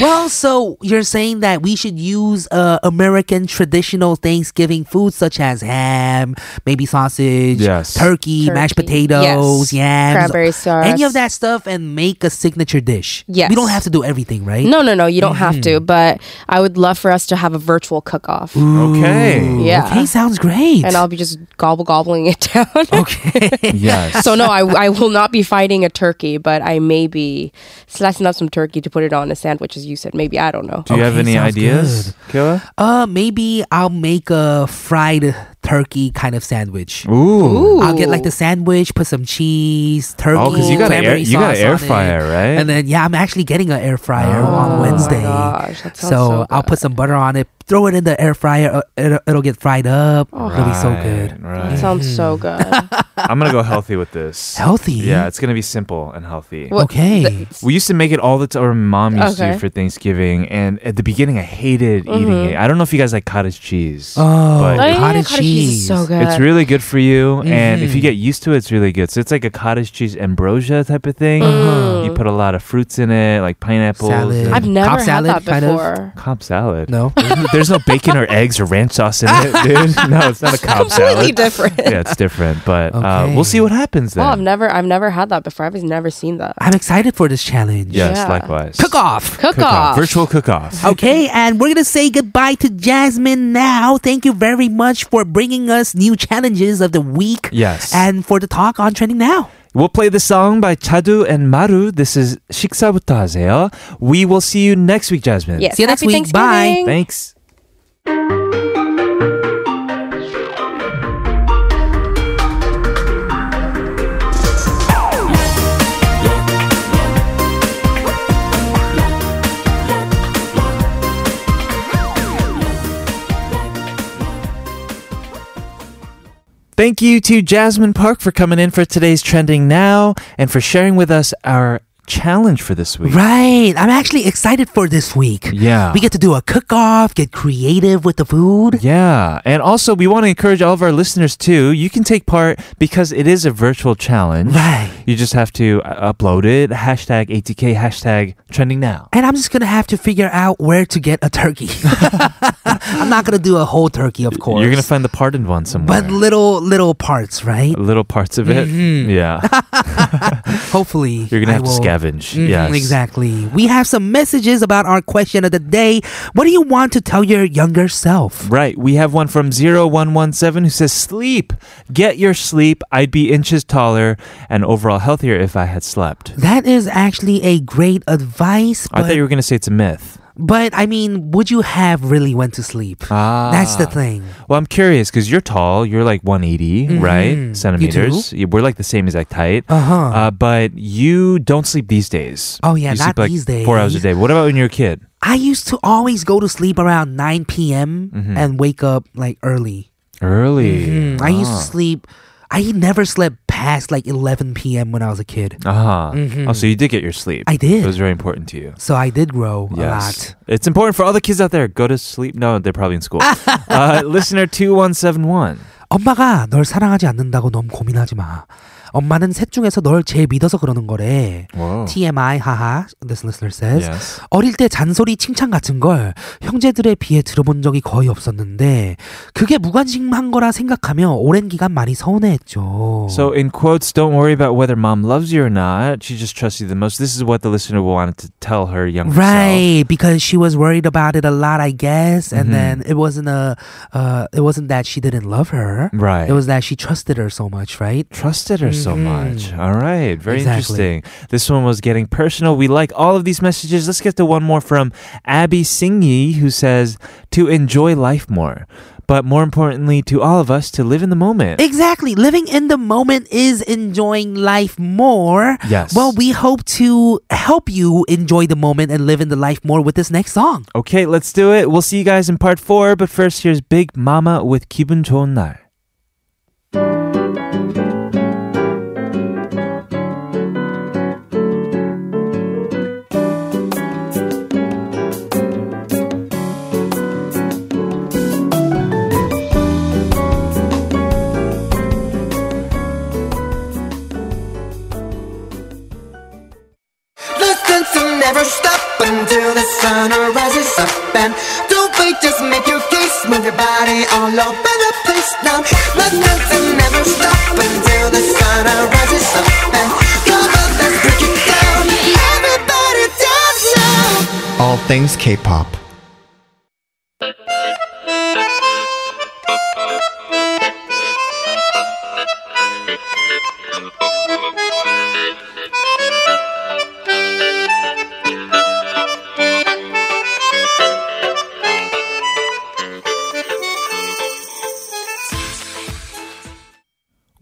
Speaker 2: well, so you're saying that we should use uh, American traditional Thanksgiving foods such as ham, maybe sausage,
Speaker 1: Yes.
Speaker 2: turkey, mashed
Speaker 4: Turkey.
Speaker 2: potatoes, yams,
Speaker 4: Yes. Cranberry sauce.
Speaker 2: any of that stuff, and make a signature dish.
Speaker 4: Yes.
Speaker 2: we don't have to do everything, right?
Speaker 4: No, no, no. You don't have
Speaker 2: Mm-hmm.
Speaker 4: to. But I would love for us to have a virtual cook-off,
Speaker 1: Okay.
Speaker 4: Yeah.
Speaker 2: Okay, sounds great.
Speaker 4: and I'll be just gobble gobbling it down.
Speaker 2: okay.
Speaker 1: Yes.
Speaker 4: So no, I, I will not be fighting a turkey, but I may be slicing up some turkey to put it on a sandwich, as you said. Maybe I don't know.
Speaker 1: Do you have
Speaker 2: Okay,
Speaker 1: any
Speaker 2: sounds
Speaker 1: ideas, Killa?
Speaker 2: Uh, maybe I'll make a fried turkey kind of sandwich.
Speaker 1: Ooh.
Speaker 2: I'll get like the sandwich, put some cheese, turkey.
Speaker 1: Oh, because you got an air,
Speaker 2: cranberry
Speaker 1: you got
Speaker 2: sauce
Speaker 1: an air
Speaker 2: on it.
Speaker 1: fryer, right?
Speaker 2: And then yeah, I'm actually getting an air fryer on Wednesday.
Speaker 4: gosh, Oh that sounds
Speaker 2: so
Speaker 4: so
Speaker 2: I'll put some butter on it, throw it in the air fryer. Uh, it'll, it'll get fried up. It'll oh, be so
Speaker 1: Oh, Right,
Speaker 2: good.
Speaker 1: Right.
Speaker 4: That sounds so
Speaker 2: Mm.
Speaker 4: good.
Speaker 1: I'm gonna go healthy with this.
Speaker 2: Healthy.
Speaker 1: Yeah, it's gonna be simple and healthy.
Speaker 4: What-
Speaker 2: Okay.
Speaker 4: th-
Speaker 1: we used to make it all the time. Or mom used to
Speaker 4: Okay. Mm-hmm.
Speaker 1: for Thanksgiving, and at the beginning, I hated eating it. I don't know if you guys like cottage cheese.
Speaker 2: Oh,
Speaker 1: But-
Speaker 4: yeah,
Speaker 2: cottage, cheese.
Speaker 4: is so good.
Speaker 1: It's really good for you, and if you
Speaker 2: Mm-hmm.
Speaker 1: get used to it, it's really good. So it's like a cottage cheese ambrosia type of thing. You put a lot of fruits in it, like pineapples.
Speaker 2: Salad.
Speaker 1: and-
Speaker 4: Mm-hmm. I've never
Speaker 2: Cobb
Speaker 4: had
Speaker 2: salad,
Speaker 4: that
Speaker 2: kind of.
Speaker 4: before.
Speaker 1: cob salad.
Speaker 2: No.
Speaker 1: There's no bacon or eggs or ranch sauce in it, dude. No, it's not a cob
Speaker 4: Completely
Speaker 1: salad.
Speaker 4: different.
Speaker 1: Yeah, it's different, but uh,
Speaker 2: Okay.
Speaker 1: we'll see what happens then.
Speaker 4: Well, I've never, I've never had that before. I've never seen that.
Speaker 2: I'm excited for this challenge.
Speaker 1: yes,
Speaker 4: Yeah.
Speaker 1: likewise.
Speaker 2: Cook off.
Speaker 4: Cook
Speaker 1: Cook-off.
Speaker 4: off.
Speaker 1: Virtual cook off.
Speaker 2: Okay, and we're gonna say goodbye to Jasmine now. Thank you very much for bringing us new challenges of the week.
Speaker 1: Yes.
Speaker 2: And for the talk on trending now.
Speaker 1: We'll play the song by Chadu and Maru. This is 식사부터 하세요. We will see you next week, Jasmine.
Speaker 4: Yes.
Speaker 2: See you next
Speaker 4: Happy
Speaker 2: week. Bye.
Speaker 4: Thanksgiving.
Speaker 1: Thanks. Thank you to Jasmine Park for coming in for today's trending now and for sharing with us our challenge for this week.
Speaker 2: Right. I'm actually excited for this week.
Speaker 1: Yeah.
Speaker 2: We get to do a cook off, get creative with the food.
Speaker 1: Yeah. And also, we want to encourage all of our listeners too. You can take part because it is a virtual challenge.
Speaker 2: Right.
Speaker 1: You just have to uh, upload it. Hashtag ATK, hashtag trending now.
Speaker 2: And I'm just going to have to figure out where to get a turkey. I'm not going to do a whole turkey, of course.
Speaker 1: You're going to find the pardoned one somewhere.
Speaker 2: but little little parts, right?
Speaker 1: Little parts of it. Yeah.
Speaker 2: Hopefully,
Speaker 1: You're going to
Speaker 2: I
Speaker 1: have to
Speaker 2: will-
Speaker 1: scavenge.
Speaker 2: Mhm,
Speaker 1: yes.
Speaker 2: Exactly. We have some messages about our question of the day. What do you want to tell your younger self?
Speaker 1: Right. We have one from 0117 who says, Sleep. Get your sleep. I'd be inches taller and overall healthier if I had slept.
Speaker 2: That is actually a great advice,
Speaker 1: I
Speaker 2: but
Speaker 1: thought you were going to say it's a myth.
Speaker 2: but I mean, would you have really went to sleep?
Speaker 1: Ah.
Speaker 2: That's the thing.
Speaker 1: Well, I'm curious because you're tall. You're like 180,
Speaker 2: Mm-hmm.
Speaker 1: right? Centimeters. Yeah, We're like the same exact height.
Speaker 2: Uh-huh.
Speaker 1: Uh, but you don't sleep these days.
Speaker 2: Oh, yeah,
Speaker 1: you sleep
Speaker 2: not
Speaker 1: like
Speaker 2: these
Speaker 1: Four hours a day. What about when you're a kid?
Speaker 2: I used to always go to sleep around 9 p.m.
Speaker 1: Mm-hmm.
Speaker 2: and wake up like early.
Speaker 1: Early.
Speaker 2: Mm, I used to
Speaker 1: 아.
Speaker 2: sleep. I never slept past like 11 p.m. when I was a kid.
Speaker 1: Uh huh. Oh, so you did get your sleep.
Speaker 2: Mm-hmm. I did.
Speaker 1: It was very important to you.
Speaker 2: So I did grow
Speaker 1: Yes. It's important for all the kids out there. Go to sleep. No, they're probably in school. uh, listener 2171.
Speaker 2: a lot. 엄마가 널 사랑하지 않는다고 너무 고민하지 마. 엄마는 셋 중에서 널 제일 믿어서 그러는 거래.
Speaker 1: Whoa.
Speaker 2: TMI 하하. This listener says.
Speaker 1: Yes.
Speaker 2: 어릴 때 잔소리 칭찬 같은 걸 형제들에 비해 들어본 적이 거의 없었는데 그게 무관심한 거라 생각하며 오랜 기간 많이 서운해했죠.
Speaker 1: So, in quotes, don't worry about whether mom loves you or not. She just trusts you the most. This is what the listener wanted to tell her younger self.
Speaker 2: Right, because she was worried about it a lot, I guess, and then it wasn't a, uh, it wasn't that she didn't love her,
Speaker 1: Right. Mm-hmm.
Speaker 2: It was that she trusted her so much, right?
Speaker 1: trusted her so much. All right, very
Speaker 2: Exactly.
Speaker 1: interesting. This one was getting personal. We like all of these messages. Let's get to one more from Abby Singyi who says to enjoy life more, but more importantly to all of us to live in the moment.
Speaker 2: Exactly. Living in the moment is enjoying life more.
Speaker 1: Yes.
Speaker 2: Well, we hope to help you enjoy the moment and live in the life more with this next song.
Speaker 1: okay, let's do it. We'll see you guys in part 4, but first here's Big Mama with 기분 좋은 날.
Speaker 6: Listen to never stop until the sun rises up and don't wait, just make your case, move your body all over the place now. Listen to never stop until the sun rises up and come on, let's break it down. Everybody dance now. All things K-pop.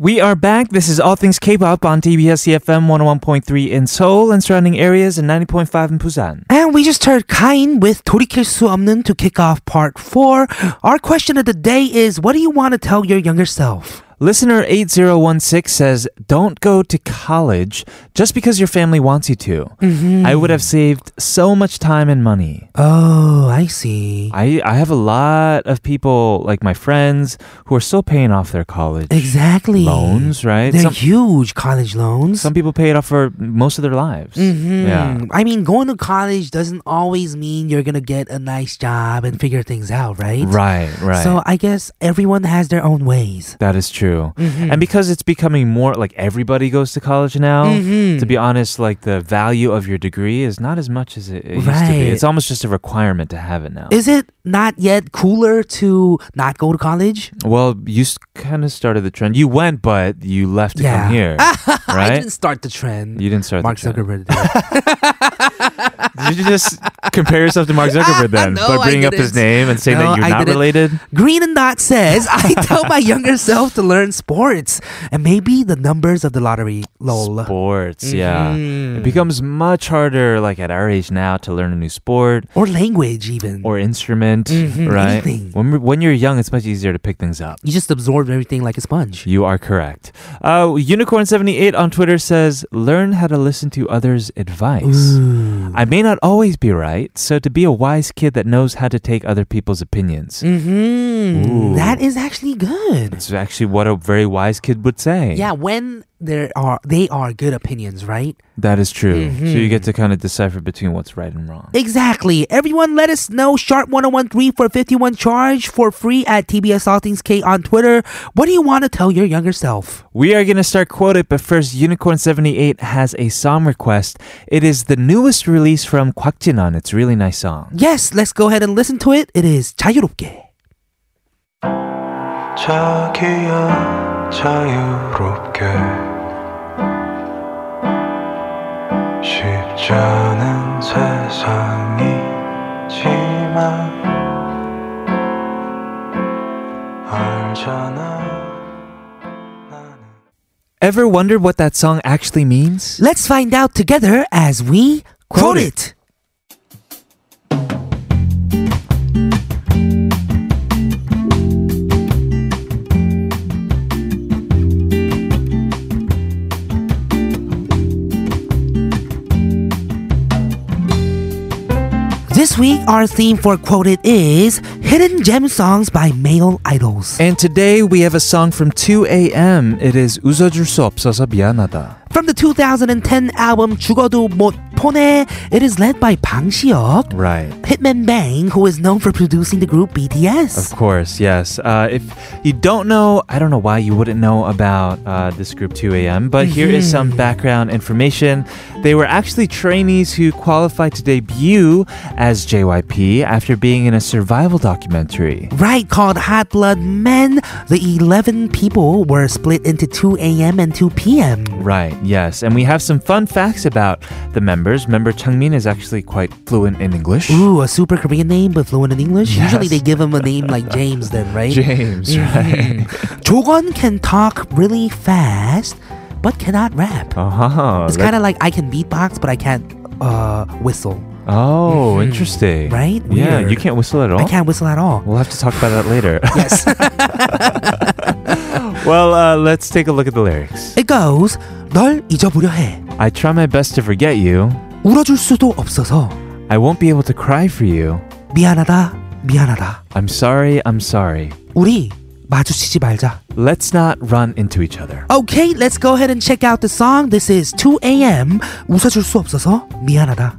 Speaker 1: We are back. This is All Things K-pop on TBS EFM 101.3 in Seoul and surrounding areas and 90.5 in Busan.
Speaker 2: And we just heard Kain with 돌이킬 수 없는 to kick off part 4. Our question of the day is what do you want to tell your younger self?
Speaker 1: Listener 8016 says, Don't go to college just because your family wants you to. I would have saved so much time and money.
Speaker 2: Oh, I see.
Speaker 1: I, I have a lot of people, like my friends, who are still paying off their college
Speaker 2: Exactly.
Speaker 1: loans, right?
Speaker 2: They're
Speaker 1: Some,
Speaker 2: huge college loans. Hmm.
Speaker 1: some people pay it off for most of their lives. Yeah.
Speaker 2: I mean, going to college doesn't always mean you're going to get a nice job and figure things out, right?
Speaker 1: Right, right.
Speaker 2: So I guess everyone has their own ways.
Speaker 1: That is true.
Speaker 2: Mm-hmm.
Speaker 1: And because it's becoming more like everybody goes to college now,
Speaker 2: Mm-hmm.
Speaker 1: to be honest, like the value of your degree is not as much as it, it used to be.
Speaker 2: Right.
Speaker 1: It's almost just a requirement to have it now.
Speaker 2: Is it not yet cooler to not go to college?
Speaker 1: well, you kind of started the trend. You went, but you left to
Speaker 2: Yeah.
Speaker 1: come here.
Speaker 2: I
Speaker 1: right?
Speaker 2: didn't start the trend.
Speaker 1: you didn't start
Speaker 2: Mark
Speaker 1: the trend.
Speaker 2: Zuckerberg did.
Speaker 1: Did you just compare yourself to Mark Zuckerberg then
Speaker 2: No,
Speaker 1: by
Speaker 2: I
Speaker 1: bringing up his
Speaker 2: didn't.
Speaker 1: name and saying
Speaker 2: No,
Speaker 1: that you're
Speaker 2: I
Speaker 1: not
Speaker 2: didn't.
Speaker 1: related?
Speaker 2: Green and Dot says, I tell my younger self to learn sports and maybe the numbers of the lottery. Lol. Mm-hmm. Hmm.
Speaker 1: Sports, yeah. It becomes much harder, like at our age now, to learn a new sport.
Speaker 2: Or language, even.
Speaker 1: or instrument, right?
Speaker 2: Mm-hmm. anything.
Speaker 1: When we're- when you're young, it's much easier to pick things up.
Speaker 2: you just absorb everything like a sponge.
Speaker 1: You are correct. Uh, Unicorn78 on Twitter says, learn how to listen to others' advice. I may not always be right, so to be a wise kid that knows how to take other people's opinions.
Speaker 2: Mm-hmm.
Speaker 1: Ooh.
Speaker 2: That is actually good.
Speaker 1: It's actually what a very wise kid would say.
Speaker 2: Yeah, when there are they are good opinions, right?
Speaker 1: That is true.
Speaker 2: Mm-hmm.
Speaker 1: So you get to kind of decipher between what's right and wrong.
Speaker 2: Exactly. Everyone let us know sharp 1013 for 51 charge for free at TBS All Things K on Twitter. What do you want to tell your younger self?
Speaker 1: We are going to start quoted, but first, Unicorn78 has a song request. It is the newest release from Kwak Jinan. It's a really nice song.
Speaker 2: Yes, let's go ahead and listen to it. It is 자유롭게.
Speaker 7: 자기야 자유롭게 쉽지 않은 세상이지만 알잖아 나는
Speaker 1: Ever wondered what that song actually means?
Speaker 2: Let's find out together as we quote,
Speaker 1: Quote
Speaker 2: it. This week, our theme for Quoted is Hidden Gem Songs by Male Idols.
Speaker 1: And today we have a song from 2 a.m. It is 웃어줄 수 없어서 미안하다.
Speaker 2: From the 2010 album 죽어도 못 보내, it is led by Bang Siok.
Speaker 1: Right.
Speaker 2: Hitman Bang, who is known for producing the group BTS.
Speaker 1: Of course, yes. Uh, if you don't know, I don't know why you wouldn't know about uh, this group 2AM, but here is some
Speaker 2: Mm-hmm.
Speaker 1: background information. They were actually trainees who qualified to debut as JYP after being in a survival documentary.
Speaker 2: Right, called Hot Blood Men, the 11 people were split into 2 a.m. and 2 p.m.
Speaker 1: Right, yes. And we have some fun facts about the members. Member Changmin is actually quite fluent in English.
Speaker 2: Ooh, a super Korean name, but fluent in English? Usually
Speaker 1: Yes.
Speaker 2: they give him a name like James then, right?
Speaker 1: James, right?
Speaker 2: Jogon can talk really fast, but cannot rap.
Speaker 1: Uh-huh.
Speaker 2: Mm-hmm. it's kind of like I can beatbox, but I can't uh, whistle.
Speaker 1: Oh, interesting.
Speaker 2: Mm-hmm. Right?
Speaker 1: Yeah,
Speaker 2: Weird.
Speaker 1: you can't whistle at all.
Speaker 2: I can't whistle at all.
Speaker 1: We'll have to talk about that later. Yes. well, uh, let's take a look at the lyrics.
Speaker 2: It goes, 널 잊어보려 해.
Speaker 1: I try my best to forget you.
Speaker 2: 울어줄 수도 없어서.
Speaker 1: I won't be able to cry for you.
Speaker 2: 미안하다, 미안하다.
Speaker 1: I'm sorry, I'm sorry.
Speaker 2: 우리 마주치지 말자.
Speaker 1: Let's not run into each other.
Speaker 2: Okay, let's go ahead and check out the song. This is 2 a.m. 웃어줄 수 없어서 미안하다.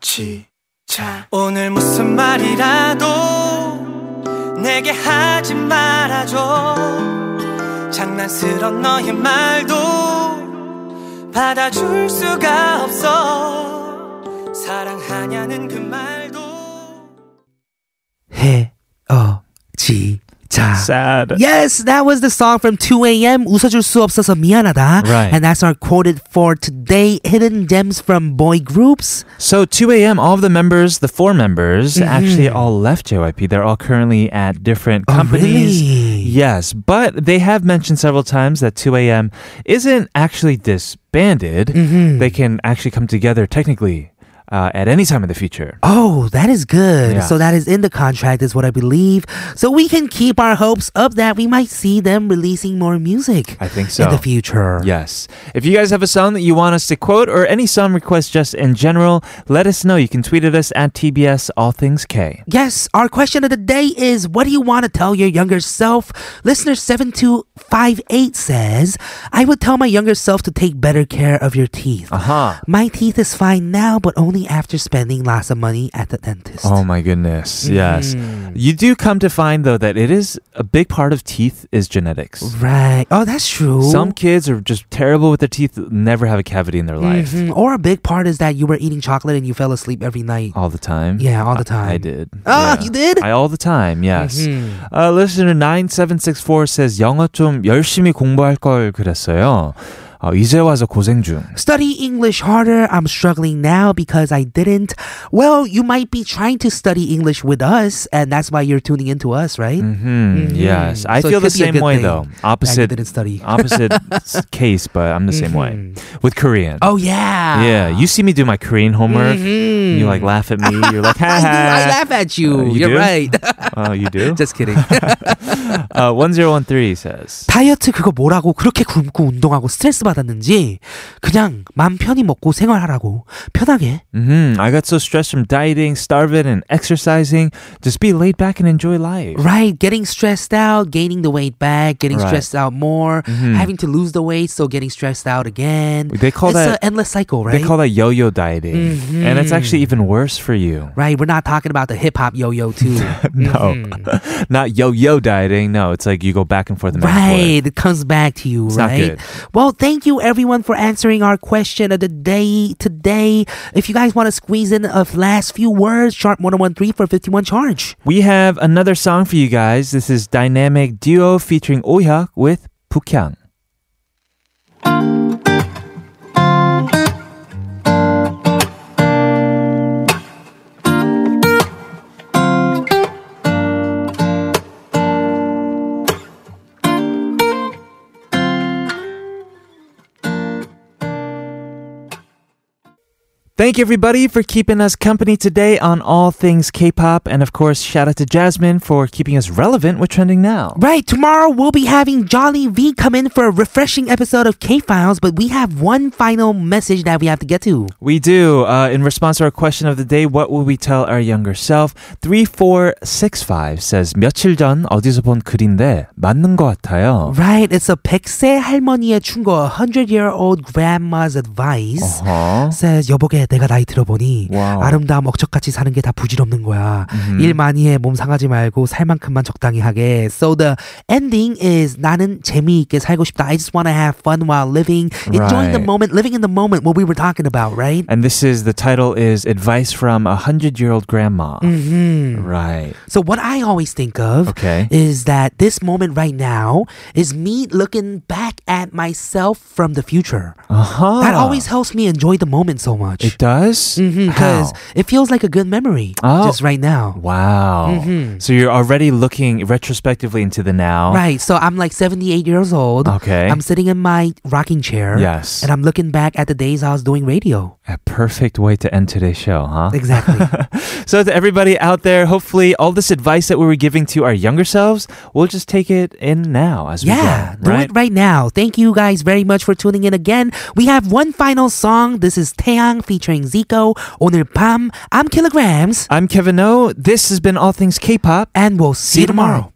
Speaker 7: 지자
Speaker 8: 오늘 무슨 말이라도 내게 하지 말아줘 장난스런 너의 말도 받아줄 수가 없어 사랑하냐는 그 말도
Speaker 2: 해, 어, 지, 자.
Speaker 1: Sad.
Speaker 2: Yes, that was the song from 2 a.m. 웃어줄 수 없어서 미안하다.
Speaker 1: Right.
Speaker 2: And that's our quoted for today. Hidden gems from boy groups.
Speaker 1: So 2 a.m. All of the members, the four members,
Speaker 2: Mm-hmm.
Speaker 1: actually all left JYP. They're all currently at different companies.
Speaker 2: Oh, really?
Speaker 1: Yes, but they have mentioned several times that 2 a.m. isn't actually disbanded.
Speaker 2: Mm-hmm.
Speaker 1: They can actually come together technically uh, at any time in the future.
Speaker 2: Oh, that is good.
Speaker 1: Yeah.
Speaker 2: So that is in the contract, is what I believe. So we can keep our hopes up that we might see them releasing more music
Speaker 1: I think so.
Speaker 2: in the future.
Speaker 1: Yes. If you guys have a song that you want us to quote or any song request just in general, let us know. You can tweet at us at TBS All Things K.
Speaker 2: Yes, our question of the day is what do you want to tell your younger self? Listener 7258 says, I would tell my younger self to take better care of your teeth.
Speaker 1: Aha.
Speaker 2: My teeth is fine now, but only after spending lots of money at the dentist.
Speaker 1: Oh my goodness. Yes.
Speaker 2: Mm.
Speaker 1: You do come to find though that it is a big part of teeth is genetics.
Speaker 2: Right. Oh, that's true.
Speaker 1: Some kids are just terrible with their teeth, never have a cavity in their life
Speaker 2: Mhm. Or a big part is that you were eating chocolate and you fell asleep every night.
Speaker 1: all the time.
Speaker 2: Yeah, all the
Speaker 1: Um, I, I
Speaker 2: time.
Speaker 1: did.
Speaker 2: Ah,
Speaker 1: Yeah.
Speaker 2: you did? Mm-hmm.
Speaker 1: I all the time. Yes. Uh, listener 9764 says 영어 좀 열심히 공부할 걸 그랬어요. 어, 이제 와서 고생 중.
Speaker 2: Study English harder. I'm struggling now because I didn't. Well, you might be trying to study English with us, and that's why you're tuning into us, right?
Speaker 1: Hmm, Yes, I
Speaker 2: Mm-hmm. So it
Speaker 1: feel the
Speaker 2: could be a
Speaker 1: same
Speaker 2: good
Speaker 1: way
Speaker 2: thing
Speaker 1: though.
Speaker 2: that you
Speaker 1: Opposite,
Speaker 2: didn't study.
Speaker 1: opposite s- case, but I'm the same way with Korean.
Speaker 2: Oh, yeah.
Speaker 1: Yeah, you see me do my Korean homework.
Speaker 2: Mhm.
Speaker 1: You like laugh at me. You're like, ha
Speaker 2: I, do, I
Speaker 1: ha.
Speaker 2: laugh at you.
Speaker 1: Uh, you
Speaker 2: you are
Speaker 1: do?
Speaker 2: right.
Speaker 1: Oh, you do?
Speaker 2: Just kidding.
Speaker 1: Uh, 1013 says.
Speaker 2: 다이어트 그거 뭐라고 그렇게 굶고 운동하고 스트레스 받았는지 그냥 맘 편히 먹고 생활하라고 편하게
Speaker 1: hmm I got so stressed from dieting, starving, and exercising. Just be laid back and enjoy life.
Speaker 2: Right, getting stressed out, gaining the weight back, getting
Speaker 1: Right. Mm-hmm.
Speaker 2: stressed out more, having to lose the weight, so getting stressed out again.
Speaker 1: They call
Speaker 2: it's
Speaker 1: that-
Speaker 2: an endless cycle, right?
Speaker 1: They
Speaker 2: Mm-hmm.
Speaker 1: call that yo-yo dieting, and it's actually even worse for you.
Speaker 2: right, we're not talking about the hip hop yo yo too.
Speaker 1: No,
Speaker 2: Mm-hmm.
Speaker 1: not yo-yo dieting. No, it's like you go back and forth. And back and forth.
Speaker 2: Right, it comes back to you,
Speaker 1: It's not good.
Speaker 2: right? Well, thank you everyone for answering our question of the day today. If you guys want to squeeze in a last few words, sharp 1013 for 51 charge.
Speaker 1: We have another song for you guys. This is Dynamic Duo featuring Ohyuk with Pukyang. Thank you, everybody, for keeping us company today on all things K pop. And of course, shout out to Jasmine for keeping us relevant with trending now.
Speaker 2: Right, tomorrow we'll be having Jolly V come in for a refreshing episode of K Files, but we have one final message that we have to get to.
Speaker 1: We do. Uh, in response to our question of the day, what will we tell our younger self? 3465 says, 며칠 전 어디서 본 글인데 맞는 것 같아요.
Speaker 2: Right, it's a 백세 할머니의 충고, a hundred year old grandma's
Speaker 1: Oh.
Speaker 2: advice.
Speaker 1: 어허.
Speaker 2: says 여보게 내가 나이 들어보니
Speaker 1: 와우.
Speaker 2: 아름다움 억척같이 사는 게 다 부질없는 거야. 일 많이 해 몸 상하지 말고 살 만큼만 적당히 하게. So the ending is 나는 재미있게 살고 싶다. I just want to have fun while living, enjoying the
Speaker 1: Right.
Speaker 2: moment, living in the moment. What we were talking about, right?
Speaker 1: And this is the title is Advice from a 100 Year Old Grandma.
Speaker 2: hmm
Speaker 1: Right.
Speaker 2: So what I always think of
Speaker 1: Okay.
Speaker 2: is that this moment right now is me looking back at myself from the future.
Speaker 1: Uh-huh.
Speaker 2: That always helps me enjoy the moment so much.
Speaker 1: It does?
Speaker 2: Because
Speaker 1: How?
Speaker 2: it feels like a good memory
Speaker 1: Oh.
Speaker 2: just right now.
Speaker 1: Wow. So you're already looking retrospectively into the now.
Speaker 2: Mm-hmm. Right. So I'm like 78 years old.
Speaker 1: Okay.
Speaker 2: I'm sitting in my rocking chair.
Speaker 1: Yes.
Speaker 2: And I'm looking back at the days I was doing radio.
Speaker 1: A perfect way to end today's show, huh?
Speaker 2: Exactly.
Speaker 1: So to everybody out there, hopefully all this advice that we were giving to our younger selves, we'll just take it in now as
Speaker 2: yeah.
Speaker 1: we go.
Speaker 2: Do it right now. Thank you guys very much for tuning in again. We have one final song. This is Taeyang featuring Zico. 오늘 밤. I'm Kilograms.
Speaker 1: I'm Kevin O. This has been All Things K-pop.
Speaker 2: And we'll see, you tomorrow.